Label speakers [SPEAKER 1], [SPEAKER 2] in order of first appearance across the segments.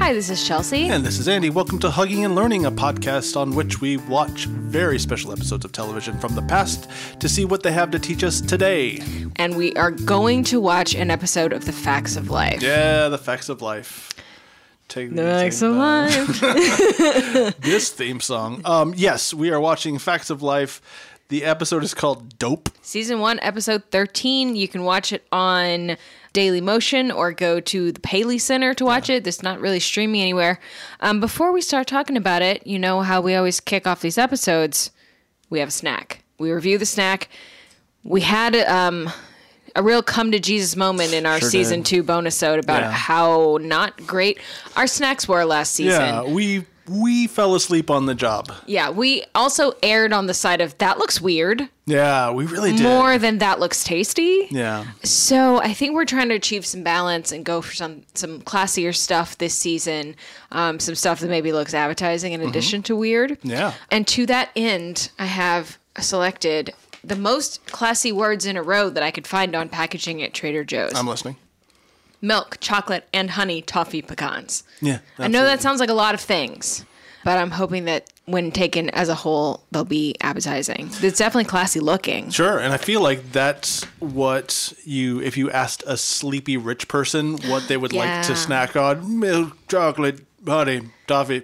[SPEAKER 1] Hi, this is Chelsea.
[SPEAKER 2] And this is Andy. Welcome to Hugging and Learning, a podcast on which we watch very special episodes of television from the past to see what they have to teach us today.
[SPEAKER 1] And we are going to watch an episode of The Facts of Life.
[SPEAKER 2] Yeah, the facts of life. Take
[SPEAKER 1] The Facts of Life.
[SPEAKER 2] This theme song. Um, yes, we are watching Facts of Life. The episode is called Dope.
[SPEAKER 1] Season 1, episode 13. You can watch it on Daily Motion or go to the Paley Center to watch it. It's not really streaming anywhere. Um, before we start talking about it, you know how we always kick off these episodes? We have a snack. We review the snack. We had um, a real come to Jesus moment in our
[SPEAKER 2] Sure
[SPEAKER 1] season
[SPEAKER 2] did.
[SPEAKER 1] two bonus episode about
[SPEAKER 2] Yeah.
[SPEAKER 1] how not great our snacks were last season.
[SPEAKER 2] Yeah, we we fell asleep on the job.
[SPEAKER 1] Yeah, we also aired on the side of that looks weird
[SPEAKER 2] Yeah, we really did.
[SPEAKER 1] more than that looks tasty.
[SPEAKER 2] yeah.
[SPEAKER 1] So I think we're trying to achieve some balance and go for some some classier stuff this season, um, some stuff that maybe looks appetizing in addition to weird.
[SPEAKER 2] Mm-hmm. Yeah.
[SPEAKER 1] And to that end, I have selected the most classy words in a row that I could find on packaging at Trader Joe's:
[SPEAKER 2] I'm listening.
[SPEAKER 1] milk, chocolate, and honey toffee pecans.
[SPEAKER 2] Yeah.
[SPEAKER 1] I know
[SPEAKER 2] absolutely.
[SPEAKER 1] that sounds like a lot of things, but I'm hoping that when taken as a whole, they'll be appetizing. It's definitely classy looking.
[SPEAKER 2] Sure, and I feel like that's what you if you asked a sleepy rich person what they would like
[SPEAKER 1] Yeah.
[SPEAKER 2] to snack on: milk, chocolate, honey, toffee,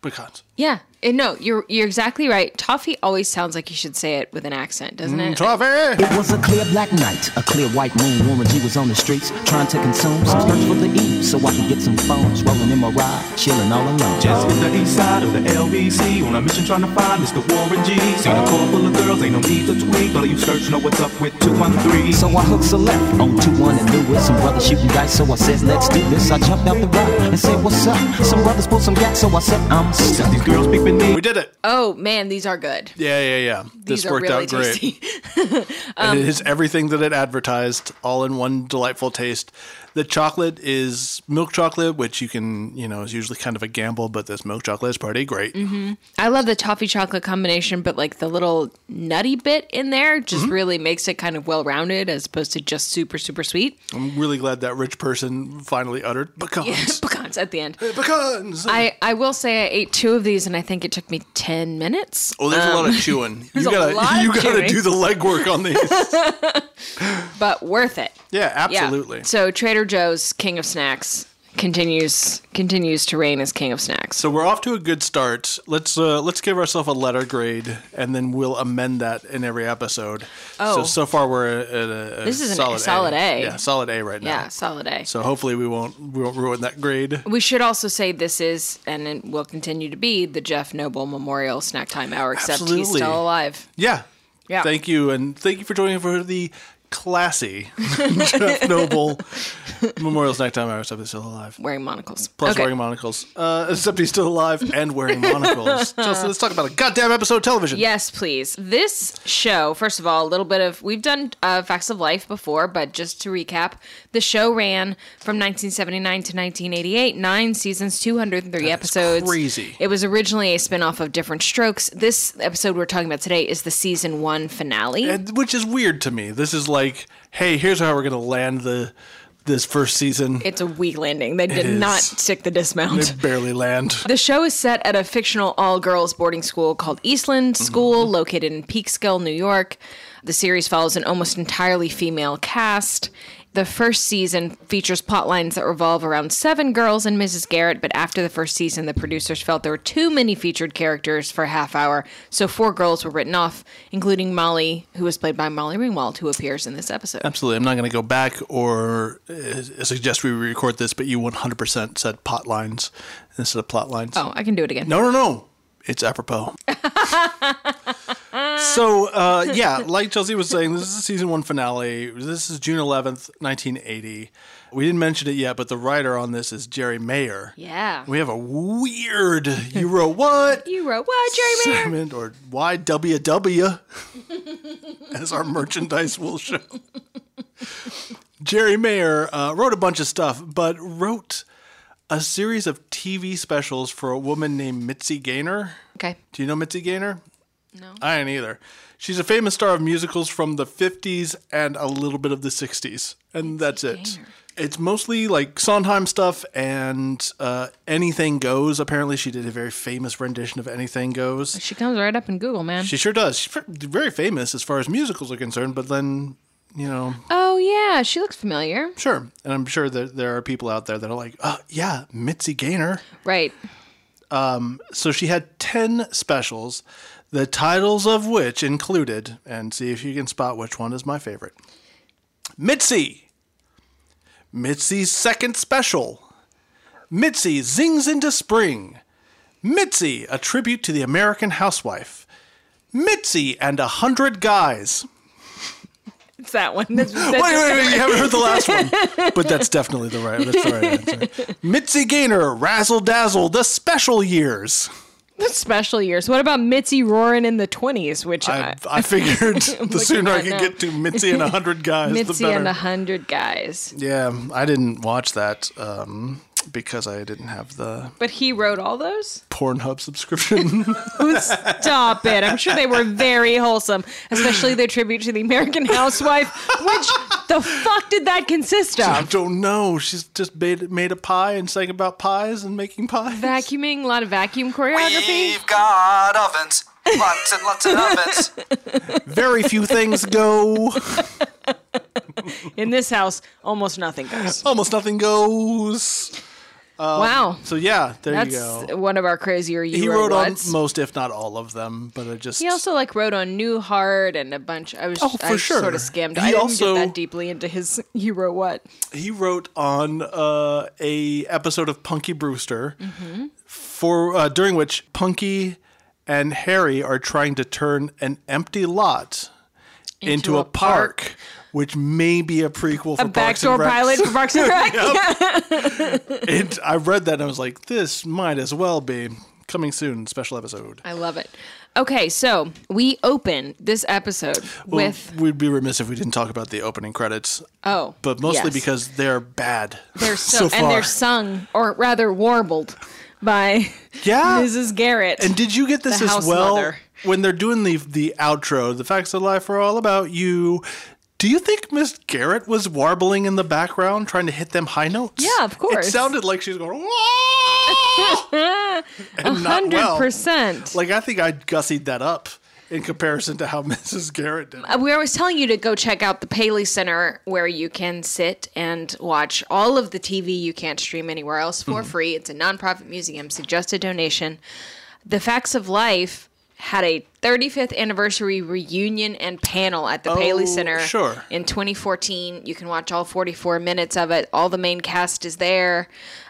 [SPEAKER 2] pecans.
[SPEAKER 1] Yeah. And no, you're you're exactly right. Toffee always sounds like you should say it with an accent, doesn't
[SPEAKER 2] Mm,
[SPEAKER 1] it?
[SPEAKER 2] Toffee.
[SPEAKER 3] It was a clear black night, a clear white moon. Warren G was on the streets trying to consume some skirts for the E so I could get some phones. Rolling in my ride, chilling all alone.
[SPEAKER 4] Just hit the east side of the LBC on a mission trying to find Mr. Warren G. Seen a car full of girls, ain't no need to tweak. All of you search know what's up with 213.
[SPEAKER 3] So I hooks a left on 2 1 and Lewis. Some brothers shooting dice, so I said, let's do this. I jumped out the ride and said, what's up? Some brothers pulled some gas, so I said, I'm stuck.
[SPEAKER 4] These girls peep beneath.
[SPEAKER 2] We did it.
[SPEAKER 1] Oh man, these are good.
[SPEAKER 2] Yeah, yeah, yeah.
[SPEAKER 1] These
[SPEAKER 2] This
[SPEAKER 1] are
[SPEAKER 2] worked
[SPEAKER 1] really
[SPEAKER 2] out great.
[SPEAKER 1] tasty. Um,
[SPEAKER 2] and it is everything that it advertised, all in one delightful taste. The chocolate is milk chocolate, which you can, you know, is usually kind of a gamble, but this milk chocolate is pretty great.
[SPEAKER 1] Mm-hmm. I love the toffee chocolate combination, but like the little nutty bit in there just
[SPEAKER 2] Mm-hmm.
[SPEAKER 1] really makes it kind of well rounded as opposed to just super, super sweet.
[SPEAKER 2] I'm really glad that rich person finally uttered pecans.
[SPEAKER 1] Pecans at the end.
[SPEAKER 2] Pecans.
[SPEAKER 1] I, I will say I ate two of these and I think it took me 10 minutes.
[SPEAKER 2] Oh, there's a lot of chewing. You
[SPEAKER 1] Um, a lot
[SPEAKER 2] gotta,
[SPEAKER 1] of
[SPEAKER 2] you gotta
[SPEAKER 1] chewing.
[SPEAKER 2] do the legwork on these.
[SPEAKER 1] but worth it.
[SPEAKER 2] yeah, absolutely.
[SPEAKER 1] So Trader Joe's king of snacks continues continues to reign as king of snacks.
[SPEAKER 2] So we're off to a good start. Let's uh, let's give ourselves a letter grade, and then we'll amend that in every episode.
[SPEAKER 1] Oh.
[SPEAKER 2] so so far we're at a, a
[SPEAKER 1] This is an-
[SPEAKER 2] solid
[SPEAKER 1] solid A.
[SPEAKER 2] Yeah, solid A right now.
[SPEAKER 1] yeah, solid A.
[SPEAKER 2] So hopefully we won't we won't ruin that grade.
[SPEAKER 1] we should also say this is and it will continue to be the Jeff Noble Memorial Snack Time Hour, except he's
[SPEAKER 2] Absolutely.
[SPEAKER 1] still alive.
[SPEAKER 2] Yeah.
[SPEAKER 1] Yeah.
[SPEAKER 2] Thank you, and thank you for joining for the classy Jeff Noble Memorial Snack Time Hour. Except he's still alive.
[SPEAKER 1] Wearing monocles.
[SPEAKER 2] Plus
[SPEAKER 1] Okay.
[SPEAKER 2] wearing monocles. Uh, except he's still alive and wearing monocles. Chelsea, let's talk about a goddamn episode of television.
[SPEAKER 1] Yes, please. This show, first of all, a little bit of we've done uh, Facts of Life before, but just to recap, the show ran from 1979 to 1988, nine seasons, 203 episodes.
[SPEAKER 2] crazy.
[SPEAKER 1] It was originally a spin-off of Different Strokes. This episode we're talking about today is the season one finale.
[SPEAKER 2] And, which is weird to me. This is like, hey, here's how we're gonna land the this first season.
[SPEAKER 1] it's a weak landing. They did
[SPEAKER 2] is.
[SPEAKER 1] not stick the dismount.
[SPEAKER 2] They barely land.
[SPEAKER 1] The show is set at a fictional all girls boarding school called Eastland School, located in Peekskill, New York. The series follows an almost entirely female cast. The first season features plot lines that revolve around seven girls and Mrs. Garrett, but after the first season, the producers felt there were too many featured characters for a half hour, so four girls were written off, including Molly, who was played by Molly Ringwald, who appears in this episode.
[SPEAKER 2] Absolutely. I'm not going to go back or uh, suggest we record this, but you 100% said pot lines instead of plot lines.
[SPEAKER 1] Oh, I can do it again.
[SPEAKER 2] No, no, no. It's apropos. so uh, yeah, like Chelsea was saying, this is the season one finale. This is June eleventh, nineteen eighty. We didn't mention it yet, but the writer on this is Jerry Mayer.
[SPEAKER 1] Yeah.
[SPEAKER 2] We have a weird. You wrote what?
[SPEAKER 1] You wrote what, Jerry Mayer?
[SPEAKER 2] Segment or YWW, as our merchandise will show. Jerry Mayer uh, wrote a bunch of stuff, but wrote a series of TV specials for a woman named Mitzi Gaynor.
[SPEAKER 1] Okay.
[SPEAKER 2] Do you know Mitzi Gaynor? No. I ain't either. She's a famous star of musicals from the 50s and a little bit of the 60s. And that's it.
[SPEAKER 1] Gaynor.
[SPEAKER 2] It's mostly like Sondheim stuff and uh, Anything Goes. Apparently, she did a very famous rendition of Anything Goes.
[SPEAKER 1] She comes right up in Google, man.
[SPEAKER 2] She sure does. She's fr- very famous as far as musicals are concerned, but then, you know,
[SPEAKER 1] oh yeah, she looks familiar.
[SPEAKER 2] sure. And I'm sure that there are people out there that are like, oh, yeah, Mitzi Gaynor.
[SPEAKER 1] Right.
[SPEAKER 2] So she had 10 specials, the titles of which included, and see if you can spot which one is my favorite Mitzi, Mitzi's second special, Mitzi Zings into Spring, Mitzi, a tribute to the American housewife, Mitzi and a Hundred Guys.
[SPEAKER 1] It's that one. That's, that's-
[SPEAKER 2] Wait, wait, wait! You haven't heard the last one, but that's definitely the right. That's the right answer. Mitzi Gaynor, Razzle Dazzle, the Special Years.
[SPEAKER 1] that's special years. What about Mitzi roaring in the twenties? Which I,
[SPEAKER 2] I, I figured the sooner I
[SPEAKER 1] at
[SPEAKER 2] could
[SPEAKER 1] that now.
[SPEAKER 2] get to Mitzi and a hundred guys, the
[SPEAKER 1] Mitzi
[SPEAKER 2] better.
[SPEAKER 1] and the Hundred Guys.
[SPEAKER 2] yeah, I didn't watch that um, because I didn't have the
[SPEAKER 1] But he wrote all those.
[SPEAKER 2] Pornhub subscription.
[SPEAKER 1] Oh, Stop it! I'm sure they were very wholesome, especially their tribute to the American housewife. Which the fuck did that consist
[SPEAKER 2] I
[SPEAKER 1] of?
[SPEAKER 2] don't know. She's just made made a pie and sang about pies and making pies.
[SPEAKER 1] Vacuuming, a lot of vacuum choreography.
[SPEAKER 5] We've got ovens. Lots and lots of ovens.
[SPEAKER 2] Very few things go.
[SPEAKER 1] In this house, almost nothing goes.
[SPEAKER 2] Almost nothing goes.
[SPEAKER 1] wow,
[SPEAKER 2] Um, So yeah, there you
[SPEAKER 1] that's
[SPEAKER 2] go.
[SPEAKER 1] one of our crazier. You
[SPEAKER 2] He wrote on
[SPEAKER 1] whats.
[SPEAKER 2] most, if not all of them, but I just
[SPEAKER 1] He also like wrote on Newhart and a bunch. I was
[SPEAKER 2] Oh, for
[SPEAKER 1] I
[SPEAKER 2] sure.
[SPEAKER 1] sort of scammed.
[SPEAKER 2] He
[SPEAKER 1] I didn't
[SPEAKER 2] also-
[SPEAKER 1] get that deeply into his he wrote what.
[SPEAKER 2] he wrote on uh, a episode of Punky Brewster
[SPEAKER 1] Mm-hmm.
[SPEAKER 2] for uh, during which Punky and Harry are trying to turn an empty lot into, a,
[SPEAKER 1] a
[SPEAKER 2] park,
[SPEAKER 1] park.
[SPEAKER 2] which may be a prequel for
[SPEAKER 1] A
[SPEAKER 2] Parks
[SPEAKER 1] backdoor
[SPEAKER 2] and Recs.
[SPEAKER 1] pilot for Parks and Rec.
[SPEAKER 2] It, I read that and I was like, this might as well be coming soon special episode.
[SPEAKER 1] I love it. Okay, so we open this episode
[SPEAKER 2] Well,
[SPEAKER 1] with
[SPEAKER 2] we'd be remiss if we didn't talk about the opening credits,
[SPEAKER 1] oh,
[SPEAKER 2] but mostly
[SPEAKER 1] yes.
[SPEAKER 2] because they're bad.
[SPEAKER 1] they're so,
[SPEAKER 2] far.
[SPEAKER 1] and they're sung or rather warbled by
[SPEAKER 2] Yeah.
[SPEAKER 1] Mrs. Garrett.
[SPEAKER 2] And did you get this
[SPEAKER 1] The
[SPEAKER 2] as
[SPEAKER 1] house
[SPEAKER 2] well
[SPEAKER 1] mother.
[SPEAKER 2] when they're doing the the outro? The facts of life are all about you. Do you think Miss Garrett was warbling in the background trying to hit them high notes?
[SPEAKER 1] Yeah, of course.
[SPEAKER 2] It sounded like she was going. "Whoa!" and not
[SPEAKER 1] hundred
[SPEAKER 2] well.
[SPEAKER 1] percent.
[SPEAKER 2] Like I think I gussied that up in comparison to how Mrs. Garrett did.
[SPEAKER 1] Uh, we're always telling you to go check out the Paley Center where you can sit and watch all of the TV you can't stream anywhere else for free. It's a nonprofit museum. Suggest a donation. The Facts of Life had a 35th anniversary reunion and panel at the Paley Center
[SPEAKER 2] sure.
[SPEAKER 1] in 2014. You can watch all 44 minutes of it. All the main cast is there.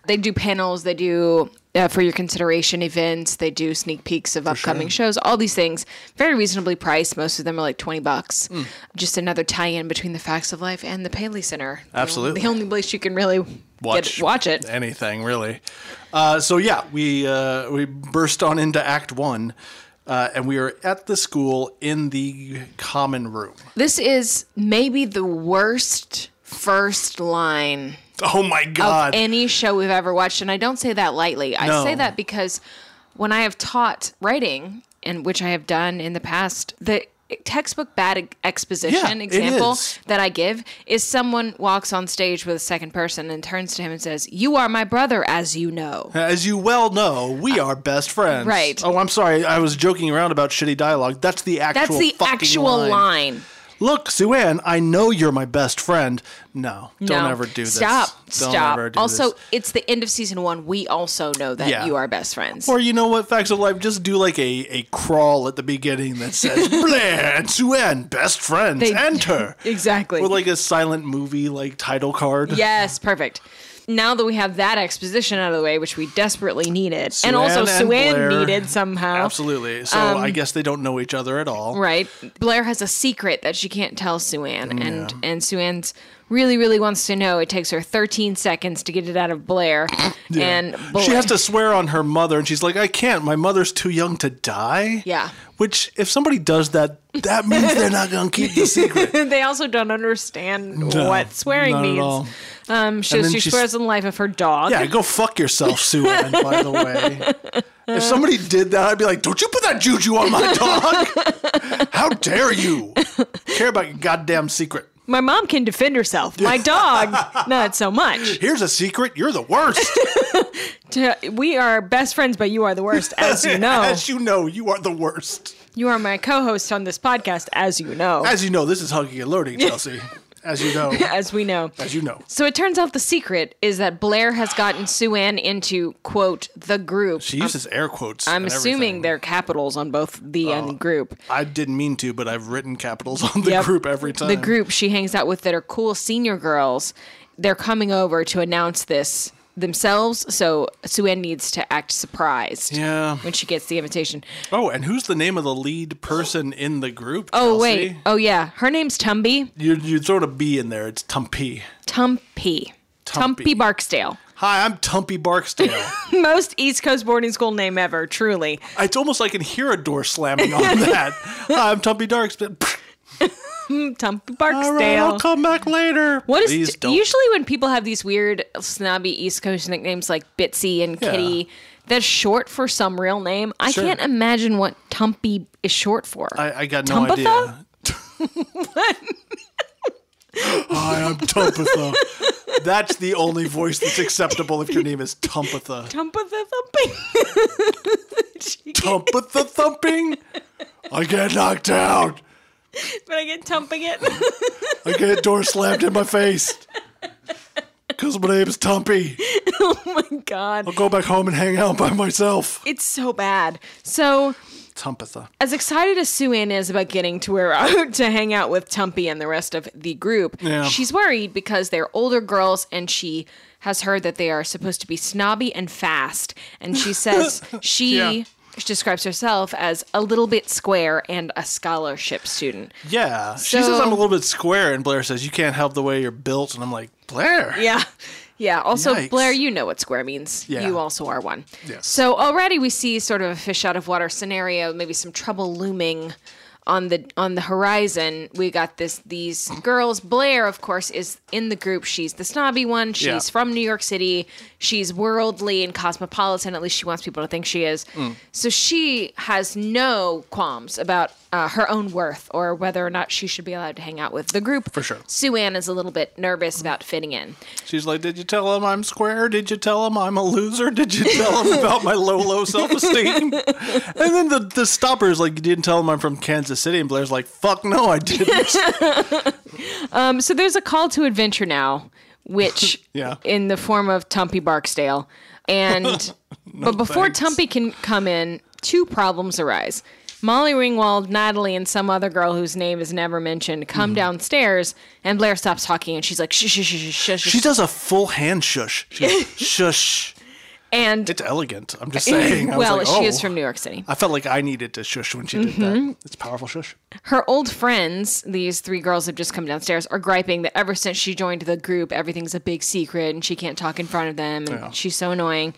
[SPEAKER 1] They do panels, they do uh, for your consideration events, they do sneak peeks of upcoming shows, all these things. Very reasonably priced. Most of them are like 20 bucks.
[SPEAKER 2] Hmm.
[SPEAKER 1] Just another tie in between the facts of life and the Paley Center. The on-
[SPEAKER 2] Absolutely.
[SPEAKER 1] The only place you can really watch,
[SPEAKER 2] Watch.
[SPEAKER 1] get, watch it.
[SPEAKER 2] anything really. Uh, so yeah, we uh, we burst on into Act One, uh, and we are at the school in the common room.
[SPEAKER 1] This is maybe the worst first line
[SPEAKER 2] Oh my god!
[SPEAKER 1] of any show we've ever watched. And I don't say that lightly.
[SPEAKER 2] No.
[SPEAKER 1] I say that because when I have taught writing, and which I have done in the past, the textbook bad e-,
[SPEAKER 2] Yeah,
[SPEAKER 1] exposition
[SPEAKER 2] it
[SPEAKER 1] example
[SPEAKER 2] is.
[SPEAKER 1] that I give is someone walks on stage with a second person and turns to him and says, You are my brother, as you know.
[SPEAKER 2] As you well know, we are best friends.
[SPEAKER 1] Uh, Right.
[SPEAKER 2] Oh, I'm sorry. I was joking around about shitty dialogue. That's the actual.
[SPEAKER 1] That's the
[SPEAKER 2] fucking
[SPEAKER 1] actual
[SPEAKER 2] line.
[SPEAKER 1] line.
[SPEAKER 2] Look, Sue Ann, I know you're my best friend. No, don't
[SPEAKER 1] No.
[SPEAKER 2] ever do this.
[SPEAKER 1] Stop.
[SPEAKER 2] Don't
[SPEAKER 1] Stop.
[SPEAKER 2] ever do
[SPEAKER 1] also,
[SPEAKER 2] this.
[SPEAKER 1] it's the end of season one. We also know that
[SPEAKER 2] Yeah.
[SPEAKER 1] you are best friends.
[SPEAKER 2] Or you know what? Facts of life. Just do like a, a crawl at the beginning that says Blair and Sue Ann, best friends.
[SPEAKER 1] They-
[SPEAKER 2] Enter.
[SPEAKER 1] exactly.
[SPEAKER 2] With like a silent movie like title card.
[SPEAKER 1] yes, perfect. now that we have that exposition out of the way, which we desperately needed, and also
[SPEAKER 2] Suan and
[SPEAKER 1] Suan
[SPEAKER 2] Blair.
[SPEAKER 1] needed somehow.
[SPEAKER 2] Absolutely. So
[SPEAKER 1] Um,
[SPEAKER 2] I guess they don't know each other at all.
[SPEAKER 1] Right. Blair has a secret that she can't tell Suan, and and Suan's really really wants to know. It takes her 13 seconds to get it out of Blair, and Blair,
[SPEAKER 2] She has to swear on her mother, and she's like, "I can't. My mother's too young to die."
[SPEAKER 1] Yeah.
[SPEAKER 2] Which, if somebody does that, that means they're not gonna keep the secret.
[SPEAKER 1] they also don't understand
[SPEAKER 2] No,
[SPEAKER 1] what swearing
[SPEAKER 2] not at
[SPEAKER 1] means.
[SPEAKER 2] all.
[SPEAKER 1] Um, so
[SPEAKER 2] And then
[SPEAKER 1] she
[SPEAKER 2] she's-
[SPEAKER 1] swears on the life of her dog.
[SPEAKER 2] Yeah, go fuck yourself, Sue Ann, by the way. If somebody did that, I'd be like, don't you put that juju on my dog. How dare you? Care about your goddamn secret.
[SPEAKER 1] My mom can defend herself. My dog, not so much.
[SPEAKER 2] Here's a secret. You're the worst.
[SPEAKER 1] T- We are best friends, but you are the worst, as you know.
[SPEAKER 2] As you know, you are the worst.
[SPEAKER 1] You are my co-host on this podcast, as you know.
[SPEAKER 2] As you know, this is hugging and loading, Chelsea. As you know.
[SPEAKER 1] as we know.
[SPEAKER 2] As you know.
[SPEAKER 1] So it turns out the secret is that Blair has gotten Sue Ann into, quote, the group.
[SPEAKER 2] She uses air quotes.
[SPEAKER 1] I'm
[SPEAKER 2] and
[SPEAKER 1] assuming
[SPEAKER 2] everything.
[SPEAKER 1] they're capitals on both the and group.
[SPEAKER 2] I didn't mean to, but I've written capitals on the
[SPEAKER 1] Yep.
[SPEAKER 2] group every time.
[SPEAKER 1] The group she hangs out with that are cool senior girls. They're coming over to announce this themselves, so Sue Ann needs to act surprised
[SPEAKER 2] Yeah.
[SPEAKER 1] when she gets the invitation.
[SPEAKER 2] Oh, and who's the name of the lead person in the group?
[SPEAKER 1] Oh,
[SPEAKER 2] Chelsea?
[SPEAKER 1] wait. Oh, yeah. Her name's Tumby.
[SPEAKER 2] You, you throw a B in there. It's Tumpy.
[SPEAKER 1] Tumpy.
[SPEAKER 2] Tumpy.
[SPEAKER 1] Tumpy Barksdale.
[SPEAKER 2] Hi, I'm Tumpy Barksdale.
[SPEAKER 1] Most East Coast boarding school name ever, truly.
[SPEAKER 2] it's almost like I can hear a door slamming on that. Hi, I'm Tumpy Darksdale.
[SPEAKER 1] Tumpy
[SPEAKER 2] All right,
[SPEAKER 1] Barksdale.
[SPEAKER 2] I'll come back later.
[SPEAKER 1] What is
[SPEAKER 2] Please don't.
[SPEAKER 1] usually when people have these weird snobby East Coast nicknames like Bitsy and
[SPEAKER 2] Yeah.
[SPEAKER 1] Kitty? That's short for some real name. I
[SPEAKER 2] Sure.
[SPEAKER 1] can't imagine what Tumpy is short for.
[SPEAKER 2] I, I got no
[SPEAKER 1] Tumpatha?
[SPEAKER 2] idea. Hi, I'm Tumpatha. That's the only voice that's acceptable if your name is Tumpatha.
[SPEAKER 1] Tumpy the thumping.
[SPEAKER 2] Tumpatha thumping. I get knocked out.
[SPEAKER 1] but I get tumping it.
[SPEAKER 2] I get a door slammed in my face. Because my name is Tumpy.
[SPEAKER 1] Oh My God,
[SPEAKER 2] Go back home and hang out by myself.
[SPEAKER 1] it's so bad. So
[SPEAKER 2] Tumpatha.
[SPEAKER 1] as excited as Sue Ann is about getting to her to hang out with Tumpy and the rest of the group,
[SPEAKER 2] Yeah.
[SPEAKER 1] she's worried because they're older girls and she has heard that they are supposed to be snobby and fast. And she says she,
[SPEAKER 2] Yeah.
[SPEAKER 1] she describes herself as a little bit square and a scholarship student.
[SPEAKER 2] Yeah. she
[SPEAKER 1] So-
[SPEAKER 2] says I'm a little bit square, and Blair says, You can't help the way you're built. And I'm like, Blair.
[SPEAKER 1] Yeah. Yeah. Also,
[SPEAKER 2] Yikes.
[SPEAKER 1] Blair, you know what square means.
[SPEAKER 2] Yeah.
[SPEAKER 1] You also are one.
[SPEAKER 2] Yes.
[SPEAKER 1] So already we see sort of a fish out of water scenario, maybe some trouble looming on the on the horizon. We got this these girls. Blair, of course, is in the group. She's the snobby one. She's
[SPEAKER 2] Yeah.
[SPEAKER 1] from New York City. She's worldly and cosmopolitan. At least she wants people to think she is.
[SPEAKER 2] Mm.
[SPEAKER 1] So she has no qualms about uh, her own worth or whether or not she should be allowed to hang out with the group.
[SPEAKER 2] For sure.
[SPEAKER 1] Sue Ann is a little bit nervous about fitting in.
[SPEAKER 2] She's like, Did you tell him I'm square? Did you tell him I'm a loser? Did you tell him about my low, low self esteem? and then the, the stopper is like, You didn't tell him I'm from Kansas City. And Blair's like, Fuck no, I didn't.
[SPEAKER 1] Um, so there's a call to adventure now, which
[SPEAKER 2] Yeah.
[SPEAKER 1] in the form of Tumpy Barksdale. And but before
[SPEAKER 2] thanks.
[SPEAKER 1] Tumpy can come in, two problems arise. Molly Ringwald, Natalie, and some other girl whose name is never mentioned come
[SPEAKER 2] Mm-hmm.
[SPEAKER 1] downstairs, and Blair stops talking, and she's like, "Shh, shh, shh, shh, shh,
[SPEAKER 2] she
[SPEAKER 1] shh,"
[SPEAKER 2] does a full hand shush. She goes, shush.
[SPEAKER 1] and
[SPEAKER 2] It's elegant. I'm just saying. I was
[SPEAKER 1] well,
[SPEAKER 2] like,
[SPEAKER 1] she
[SPEAKER 2] "Oh."
[SPEAKER 1] is from Mm-hmm. New York City.
[SPEAKER 2] I felt like I needed to shush when she did that. It's a powerful shush.
[SPEAKER 1] her old friends, these three girls have just come downstairs, are griping that ever since she joined the group, everything's a big secret and she can't talk in front of them and
[SPEAKER 2] Yeah.
[SPEAKER 1] she's so annoying.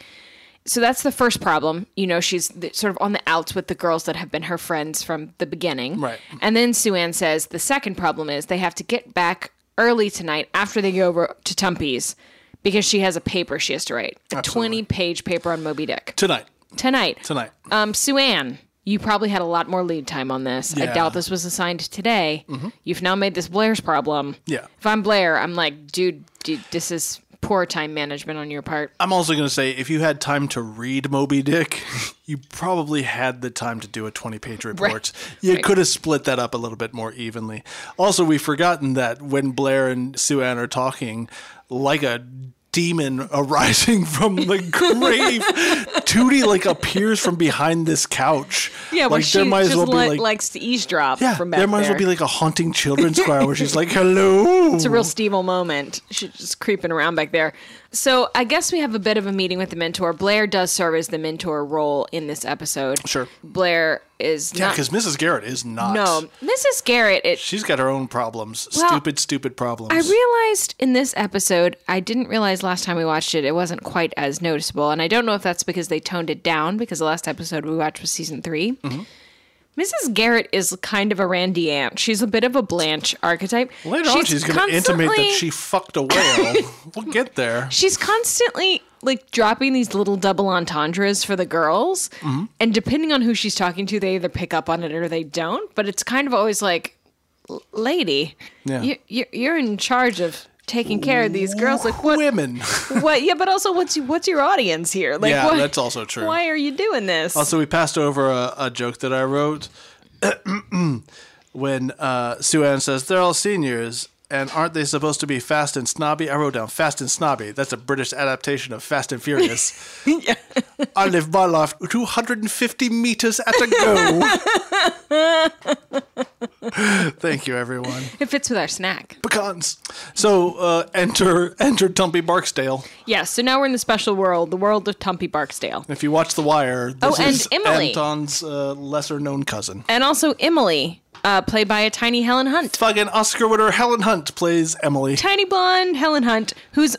[SPEAKER 1] So that's the first problem. You know, she's th- sort of on the outs with the girls that have been her friends from the beginning.
[SPEAKER 2] Right.
[SPEAKER 1] And then Sue Ann says the second problem is they have to get back early tonight after they go over to Tumpy's because she has a paper she has to write a 20
[SPEAKER 2] Absolutely.
[SPEAKER 1] page paper on Moby Dick
[SPEAKER 2] Tonight.
[SPEAKER 1] tonight.
[SPEAKER 2] Tonight.
[SPEAKER 1] Um, Sue Ann, you probably had a lot more lead time on this. I
[SPEAKER 2] Yeah. Mm-hmm.
[SPEAKER 1] doubt this was assigned today. You've now made this Blair's problem.
[SPEAKER 2] Yeah.
[SPEAKER 1] If I'm Blair, I'm like, dude, dude, this is poor time management on your part.
[SPEAKER 2] I'm also going to say if you had time to read Moby Dick, you probably had the time to do a 20 page report. You
[SPEAKER 1] Right.
[SPEAKER 2] could have split that up a little bit more evenly. Also, we've forgotten that when Blair and Sue Ann are talking, like a demon arising from the grave. Tootie like appears from behind this couch.
[SPEAKER 1] Yeah,
[SPEAKER 2] like
[SPEAKER 1] well, she just li- likes to eavesdrop
[SPEAKER 2] yeah,
[SPEAKER 1] from back
[SPEAKER 2] there might as well be like a haunting children's choir where she's like, "Hello."
[SPEAKER 1] It's a real Stevel moment. She's just creeping around back there. So I guess we have a bit of a meeting with the mentor. Blair does serve as the mentor role in this episode.
[SPEAKER 2] Sure.
[SPEAKER 1] Blair is
[SPEAKER 2] yeah,
[SPEAKER 1] not.
[SPEAKER 2] because Mrs. Garrett is not.
[SPEAKER 1] no, Mrs. Garrett. It,
[SPEAKER 2] she's got her own problems.
[SPEAKER 1] Well,
[SPEAKER 2] stupid, stupid problems.
[SPEAKER 1] I realized in this episode, I didn't realize last time we watched it, it wasn't quite as noticeable. And I don't know if that's because they toned it down, because the last episode we watched was season 3
[SPEAKER 2] Mm-hmm.
[SPEAKER 1] Mrs. Garrett is kind of a Randy Ant. She's a bit of a Blanche archetype.
[SPEAKER 2] Later on, she's going to intimate that
[SPEAKER 1] constantly-
[SPEAKER 2] she fucked a whale. we'll get there.
[SPEAKER 1] she's constantly like dropping these little double entendres for the girls
[SPEAKER 2] Mm-hmm.
[SPEAKER 1] and depending on who she's talking to they either pick up on it or they don't but it's kind of always like "L- lady
[SPEAKER 2] Yeah.
[SPEAKER 1] you, you, you're in charge of taking care of these girls like what
[SPEAKER 2] Women.
[SPEAKER 1] what yeah but also what's what's your audience here like
[SPEAKER 2] Yeah,
[SPEAKER 1] what-
[SPEAKER 2] that's also true.
[SPEAKER 1] why are you doing this
[SPEAKER 2] Also, we passed over a, a joke that I wrote when uh, Sue Ann says, They're all seniors, and aren't they supposed to be fast and snobby? I wrote down fast and snobby. That's a British adaptation of Fast and Furious. I live my life 250 meters at a go. Thank you, everyone.
[SPEAKER 1] it fits with our snack
[SPEAKER 2] Pecans. So uh, enter enter Tumpy Barksdale.
[SPEAKER 1] yeah so now we're in the special world the world of tumpy barksdale
[SPEAKER 2] If you watch The Wire, this
[SPEAKER 1] Oh, and
[SPEAKER 2] is
[SPEAKER 1] Emily.
[SPEAKER 2] Anton's uh, lesser known cousin.
[SPEAKER 1] and also emily uh, played by a tiny helen hunt
[SPEAKER 2] fucking Oscar winner Helen Hunt plays Emily.
[SPEAKER 1] tiny blonde Helen Hunt, whose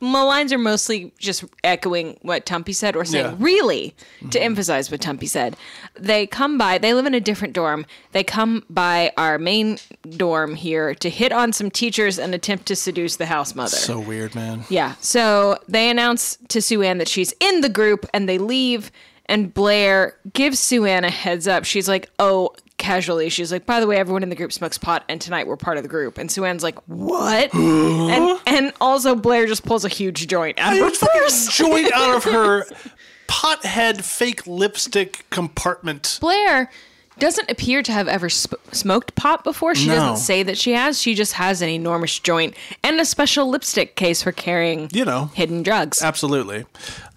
[SPEAKER 1] my lines are mostly just echoing what Tumpy said or saying
[SPEAKER 2] Yeah. Mm-hmm.
[SPEAKER 1] really to emphasize what Tumpy said. They come by, they live in a different dorm. They come by our main dorm here to hit on some teachers and attempt to seduce the house mother.
[SPEAKER 2] So weird, man.
[SPEAKER 1] yeah. So they announce to Sue Ann that she's in the group and they leave. And Blair gives Sue Ann a heads up. She's like, oh, casually. She's like, by the way, everyone in the group smokes pot and tonight we're part of the group. And Sue Ann's like, what? and, and also, Blair just pulls a huge joint out of her purse.
[SPEAKER 2] Joint out of her pothead fake lipstick compartment.
[SPEAKER 1] Blair doesn't appear to have ever sp- smoked pot before. She
[SPEAKER 2] No.
[SPEAKER 1] doesn't say that she has. She just has an enormous joint and a special lipstick case for carrying,
[SPEAKER 2] You know.
[SPEAKER 1] hidden drugs.
[SPEAKER 2] Absolutely.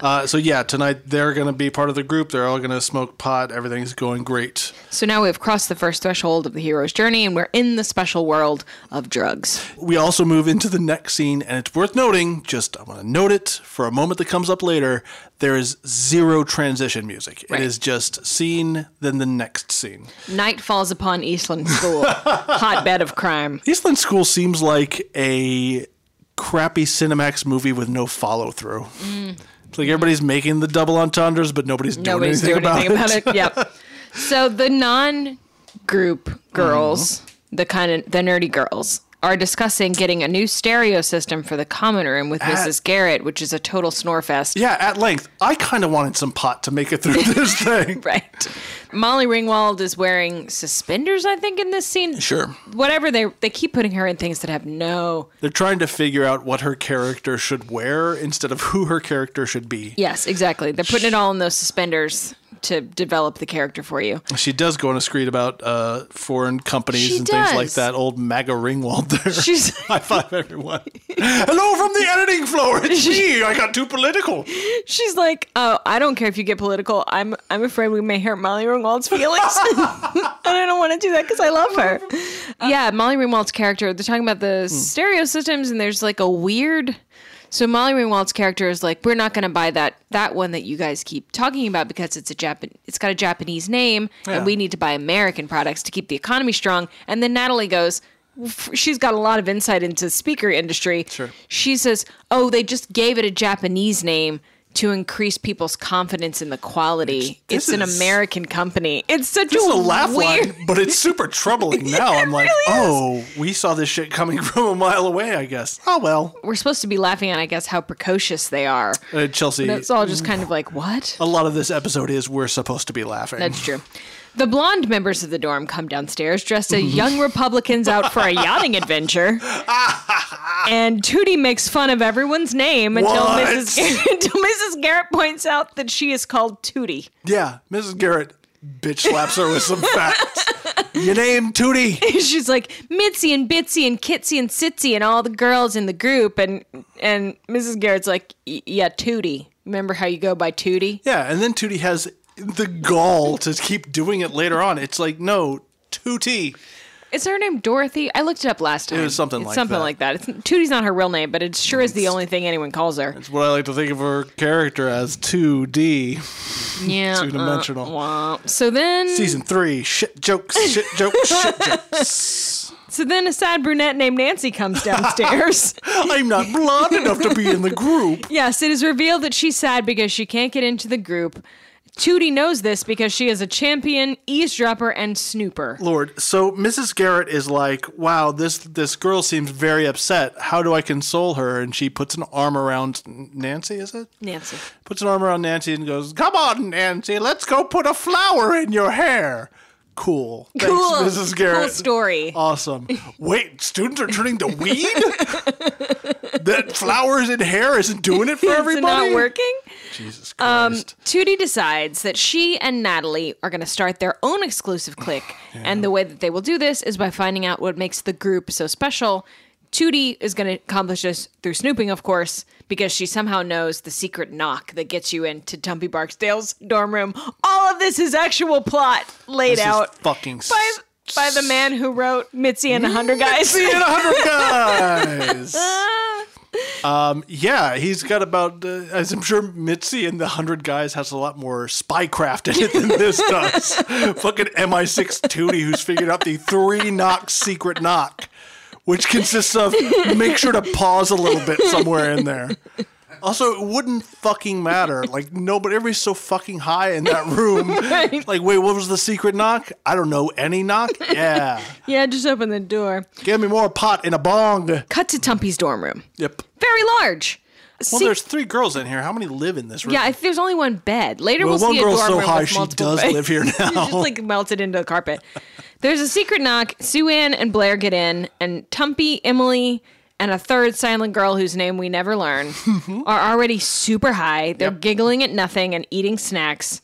[SPEAKER 2] Uh, so yeah, tonight they're gonna be part of the group. They're all gonna smoke pot. Everything's going great.
[SPEAKER 1] So now we've crossed the first threshold of the hero's journey and we're in the special world of drugs.
[SPEAKER 2] We also move into the next scene, and it's worth noting. Just I want to note it for a moment that comes up later. There is zero transition music.
[SPEAKER 1] Right.
[SPEAKER 2] It is just scene, then the next scene.
[SPEAKER 1] Night falls upon Eastland School, hotbed of crime.
[SPEAKER 2] Eastland School seems like a crappy Cinemax movie with no follow through. It's like everybody's making the double entendres, but nobody's doing
[SPEAKER 1] Nobody's
[SPEAKER 2] anything,
[SPEAKER 1] doing anything
[SPEAKER 2] about,
[SPEAKER 1] about it. Yep. So the
[SPEAKER 2] Uh-huh.
[SPEAKER 1] non-group girls, the kind of the nerdy girls, are discussing getting a new stereo system for the common room with Mrs. Garrett, which is a total snore fest.
[SPEAKER 2] Yeah, at length. I kind of wanted some pot to make it through this thing.
[SPEAKER 1] Right. Molly Ringwald is wearing suspenders, I think, in this scene.
[SPEAKER 2] Sure.
[SPEAKER 1] Whatever they they keep putting her in things that have no
[SPEAKER 2] They're trying to figure out what her character should wear instead of who her character should be.
[SPEAKER 1] Yes, exactly. They're putting it all in those suspenders to develop the character for you.
[SPEAKER 2] She does go on a screed about uh, foreign companies
[SPEAKER 1] She
[SPEAKER 2] and things like
[SPEAKER 1] does.
[SPEAKER 2] that. Old MAGA Ringwald there.
[SPEAKER 1] She's
[SPEAKER 2] High five, everyone. Hello from the editing floor. It's me. I got too political.
[SPEAKER 1] She's like, "Oh, I don't care if you get political. I'm I'm afraid we may hurt Molly Ringwald's feelings, and I don't want to do that because I love her." yeah, Molly Ringwald's character. They're talking about the stereo systems, and there's like a weird. So Molly Ringwald's character is like, "We're not going to buy that that one that you guys keep talking about because it's a Japan. It's got a Japanese name,
[SPEAKER 2] Yeah.
[SPEAKER 1] and we need to buy American products to keep the economy strong." And then Natalie goes. f- She's got a lot of insight into speaker industry.
[SPEAKER 2] Sure.
[SPEAKER 1] She says, "Oh, they just gave it a Japanese name to increase people's confidence in the quality. It's
[SPEAKER 2] This
[SPEAKER 1] an
[SPEAKER 2] is-
[SPEAKER 1] American company. It's such
[SPEAKER 2] This
[SPEAKER 1] a,
[SPEAKER 2] is a laugh
[SPEAKER 1] weird.
[SPEAKER 2] line, but it's super troubling now. I'm like, oh, we saw this shit coming from a mile away, I guess. Oh, well.
[SPEAKER 1] We're supposed to be laughing at, I guess, how precocious they are.
[SPEAKER 2] Uh, Chelsea,
[SPEAKER 1] That's all just kind of like what?
[SPEAKER 2] a lot of this episode is we're supposed to be laughing.
[SPEAKER 1] That's true. The blonde members of the dorm come downstairs dressed
[SPEAKER 2] Mm-hmm.
[SPEAKER 1] as young Republicans out for a yachting adventure. and Tootie makes fun of everyone's name until
[SPEAKER 2] What?
[SPEAKER 1] Mrs. Garrett, until Mrs. Garrett points out that she is called Tootie.
[SPEAKER 2] yeah, Mrs. Garrett bitch slaps her with some facts. Your name, Tootie.
[SPEAKER 1] she's like Mitzi and Bitsy and Kitsy and Sitsy and all the girls in the group, and and Mrs. Garrett's like, "Y- yeah, Tootie. Remember how you go by Tootie?
[SPEAKER 2] Yeah, and then Tootie has the gall to keep doing it later on. It's like, no, Tootie.
[SPEAKER 1] Is her name Dorothy? I looked it up last time.
[SPEAKER 2] was something
[SPEAKER 1] It's
[SPEAKER 2] like
[SPEAKER 1] something
[SPEAKER 2] that.
[SPEAKER 1] like that. It's, Tootie's not her real name, but it sure is the only thing anyone calls her.
[SPEAKER 2] It's what I like to think of her character as 2D.
[SPEAKER 1] Yeah,
[SPEAKER 2] Two dimensional.
[SPEAKER 1] uh, womp. so then,
[SPEAKER 2] Season three, shit jokes, shit jokes, shit jokes.
[SPEAKER 1] so then, a sad brunette named Nancy comes downstairs.
[SPEAKER 2] I'm not blonde enough to be in the group.
[SPEAKER 1] Yes, it is revealed that she's sad because she can't get into the group. Tootie knows this because she is a champion eavesdropper and snooper.
[SPEAKER 2] Lord, so Mrs. Garrett is like, wow, this this girl seems very upset. How do I console her? And she puts an arm around Nancy, is it?
[SPEAKER 1] Nancy.
[SPEAKER 2] puts an arm around Nancy and goes, "Come on, Nancy, let's go put a flower in your hair." Cool. Thanks,
[SPEAKER 1] Cool.
[SPEAKER 2] Mrs. Garrett.
[SPEAKER 1] Cool story.
[SPEAKER 2] Awesome. Wait, students are turning to weed. that flowers in hair isn't doing it for
[SPEAKER 1] Is it
[SPEAKER 2] everybody.
[SPEAKER 1] not um, working?
[SPEAKER 2] Jesus Christ.
[SPEAKER 1] Tootie decides that she and Natalie are going to start their own exclusive clique, and the way that they will do this is by finding out what makes the group so special. Tootie is going to accomplish this through snooping, of course, because she somehow knows the secret knock that gets you into Dumpy Barksdale's dorm room. All of this is actual plot laid
[SPEAKER 2] This is
[SPEAKER 1] out
[SPEAKER 2] fucking
[SPEAKER 1] by, by the man who wrote Mitzi and the Hunter Guys.
[SPEAKER 2] Seeing a hundred guys. Um, yeah, he's got about. Uh, as I'm sure Mitzi and the hundred guys has a lot more spycraft in it than this does. Fucking MI6 Tootie who's figured out the three knock secret knock, which consists of make sure to pause a little bit somewhere in there. Also, it wouldn't fucking matter. Like nobody, everybody's so fucking high in that room. Like, wait, what was the secret knock? I don't know. Any knock? Yeah.
[SPEAKER 1] yeah, just open the door.
[SPEAKER 2] Give me more pot and a bong.
[SPEAKER 1] Cut to Tumpy's dorm room.
[SPEAKER 2] Yep.
[SPEAKER 1] Very large.
[SPEAKER 2] Well,
[SPEAKER 1] See-
[SPEAKER 2] there's three girls in here. How many live in this room?
[SPEAKER 1] Yeah, if there's only one bed. Later
[SPEAKER 2] Well,
[SPEAKER 1] we'll
[SPEAKER 2] one
[SPEAKER 1] see a dorm
[SPEAKER 2] girl's so
[SPEAKER 1] room
[SPEAKER 2] high
[SPEAKER 1] with
[SPEAKER 2] she
[SPEAKER 1] multiple
[SPEAKER 2] does
[SPEAKER 1] beds.
[SPEAKER 2] live here now.
[SPEAKER 1] She's just like melted into the carpet. There's a secret knock. Sue Ann and Blair get in, and Tumpy, Emily, and a third silent girl whose name we never learn are already super high. They're giggling at nothing and eating snacks.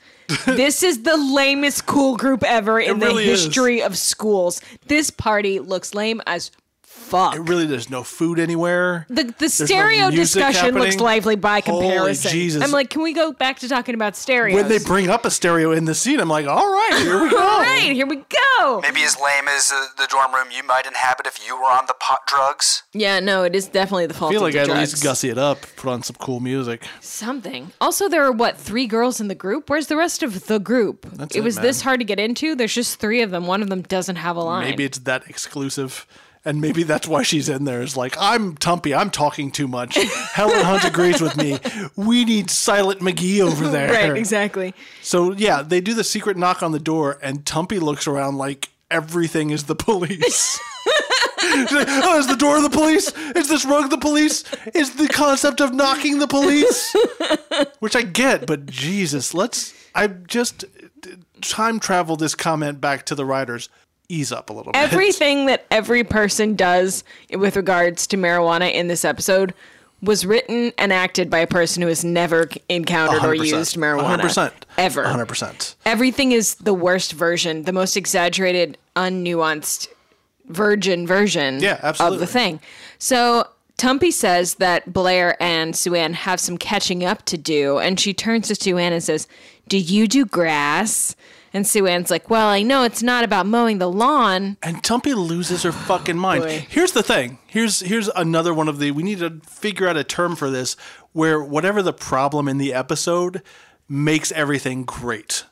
[SPEAKER 1] this is the lamest cool group ever in
[SPEAKER 2] really
[SPEAKER 1] the
[SPEAKER 2] is.
[SPEAKER 1] history of schools. This party looks lame as fuck.
[SPEAKER 2] Really, there's no food anywhere.
[SPEAKER 1] The, the
[SPEAKER 2] no
[SPEAKER 1] stereo
[SPEAKER 2] music
[SPEAKER 1] discussion looks
[SPEAKER 2] happening.
[SPEAKER 1] lively by
[SPEAKER 2] Holy
[SPEAKER 1] comparison.
[SPEAKER 2] Jesus.
[SPEAKER 1] I'm like, can we go back to talking about stereo?
[SPEAKER 2] when they Oh. bring up a stereo in the scene, I'm like, all right, here we go.
[SPEAKER 1] All right, here we go.
[SPEAKER 5] Maybe as lame as uh, the dorm room you might inhabit if you were on the pot drugs.
[SPEAKER 1] Yeah, no, it is definitely the fault
[SPEAKER 2] I feel
[SPEAKER 1] of
[SPEAKER 2] like
[SPEAKER 1] the
[SPEAKER 2] I at
[SPEAKER 1] drugs.
[SPEAKER 2] least gussy it up, put on some cool music.
[SPEAKER 1] Something. Also, there are what three girls in the group. Where's the rest of the group? it
[SPEAKER 2] it,
[SPEAKER 1] was this
[SPEAKER 2] man.
[SPEAKER 1] hard to get into. There's just three of them. One of them doesn't have a line.
[SPEAKER 2] Maybe it's that exclusive. And maybe that's why she's in there. Is like, I'm Tumpy. I'm talking too much. Helen Hunt agrees with me. We need Silent McGee over there.
[SPEAKER 1] right, exactly.
[SPEAKER 2] So yeah, they do the secret knock on the door, and Tumpy looks around like everything is the police. She's like, oh, is the door the police? Is this rug the police? Is the concept of knocking the police? Which I get, but Jesus, let's. I just time travel this comment back to the writers. Ease up a little bit.
[SPEAKER 1] Everything that every person does with regards to marijuana in this episode was written and acted by a person who has never encountered or
[SPEAKER 2] 100%.
[SPEAKER 1] used marijuana
[SPEAKER 2] 100%.
[SPEAKER 1] ever.
[SPEAKER 2] 100%.
[SPEAKER 1] Everything is the worst version, the most exaggerated, unnuanced, virgin version
[SPEAKER 2] Yeah,
[SPEAKER 1] of
[SPEAKER 2] absolutely.
[SPEAKER 1] the thing. So Tumpy says that Blair and Sue Ann have some catching up to do, and she turns to Sue Ann and says, Do you do grass? And Sue Ann's like, Well, I know it's not about mowing the lawn.
[SPEAKER 2] And Tumpy loses her fucking mind.
[SPEAKER 1] Boy.
[SPEAKER 2] Here's the thing. Here's here's another one of the we need to figure out a term for this where whatever the problem in the episode makes everything great.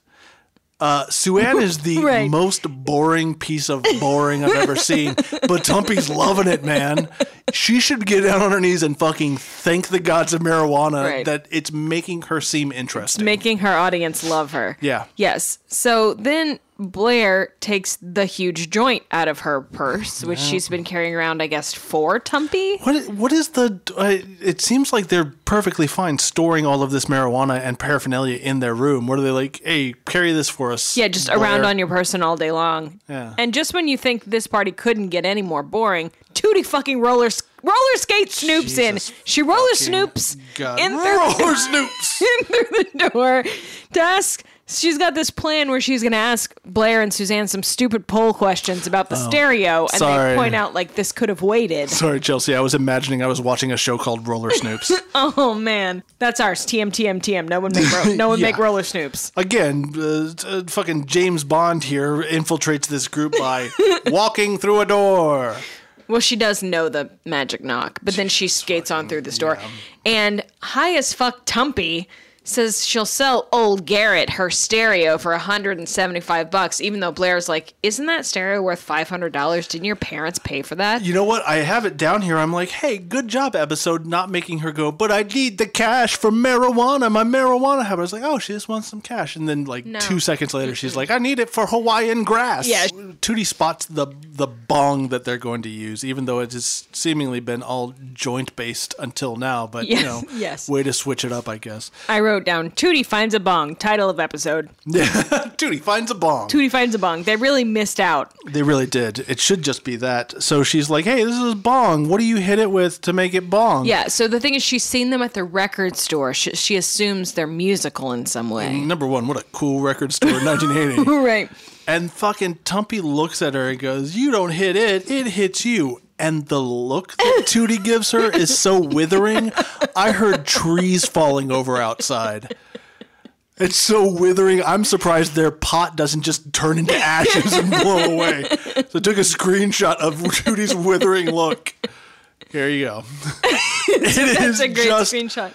[SPEAKER 2] Uh, Sue Ann is the
[SPEAKER 1] Right.
[SPEAKER 2] most boring piece of boring I've ever seen, but Tumpy's loving it, man. She should get down on her knees and fucking thank the gods of marijuana
[SPEAKER 1] Right.
[SPEAKER 2] that it's making her seem interesting.
[SPEAKER 1] Making her audience love her.
[SPEAKER 2] Yeah.
[SPEAKER 1] Yes. So then Blair takes the huge joint out of her purse, which she's been carrying around, I guess, for Tumpy.
[SPEAKER 2] What is, what is the? Uh, it seems like they're perfectly fine storing all of this marijuana and paraphernalia in their room. What are they like? Hey, carry this for us.
[SPEAKER 1] Yeah, just around on your person all day long.
[SPEAKER 2] Yeah.
[SPEAKER 1] And just when you think this party couldn't get any more boring, Tootie fucking roller roller skate snoops
[SPEAKER 2] Jesus
[SPEAKER 1] in. She roller
[SPEAKER 2] fucking
[SPEAKER 1] oh, snoops
[SPEAKER 2] God.
[SPEAKER 1] in through,
[SPEAKER 2] Roller snoops.
[SPEAKER 1] in through the door, desk, she's got this plan where she's going to ask Blair and Suzanne some stupid poll questions about the stereo, and
[SPEAKER 2] Oh, sorry.
[SPEAKER 1] they point out like this could have waited.
[SPEAKER 2] Sorry, Chelsea. I was imagining I was watching a show called Roller Snoops.
[SPEAKER 1] Oh man, that's ours. TM TM TM. No one make ro- no one
[SPEAKER 2] Yeah.
[SPEAKER 1] make roller snoops.
[SPEAKER 2] Again, uh, t- uh, fucking James Bond here infiltrates this group by walking through a door.
[SPEAKER 1] Well, she does know the magic knock, but then she skates on through this door. And high as fuck Tumpy says she'll sell old Garrett her stereo for 175 bucks, even though Blair's like, Isn't that stereo worth $500? Didn't your parents pay for that?
[SPEAKER 2] You know what? I have it down here. I'm like, hey, good job, episode, not making her go, but I need the cash for marijuana, my marijuana habit. I was like, oh, she just wants some cash. And then, like, two seconds later, she's like, I need it for Hawaiian grass.
[SPEAKER 1] Yeah.
[SPEAKER 2] Tootie spots the, the bong that they're going to use, even though it has seemingly been all joint based until now. But,
[SPEAKER 1] Yes,
[SPEAKER 2] you know,
[SPEAKER 1] yes.
[SPEAKER 2] way to switch it up, I guess.
[SPEAKER 1] I wrote down Tootie finds a bong, title of episode.
[SPEAKER 2] Tootie finds a bong.
[SPEAKER 1] Tootie finds a bong. They really missed out.
[SPEAKER 2] They really did. It should just be that. So she's like, hey, this is bong. What do you hit it with to make it bong?
[SPEAKER 1] Yeah, so the thing is, she's seen them at the record store. She, she assumes they're musical in some way.
[SPEAKER 2] Number one, what a cool record store, 1980.
[SPEAKER 1] Right.
[SPEAKER 2] And fucking Tumpy looks at her and goes, You don't hit it, it hits you. And the look that Tootie gives her is so withering. I heard trees falling over outside. It's so withering. I'm surprised their pot doesn't just turn into ashes and blow away. So I took a screenshot of Tootie's withering look. Here you go. It is
[SPEAKER 1] It's a great
[SPEAKER 2] just
[SPEAKER 1] screenshot.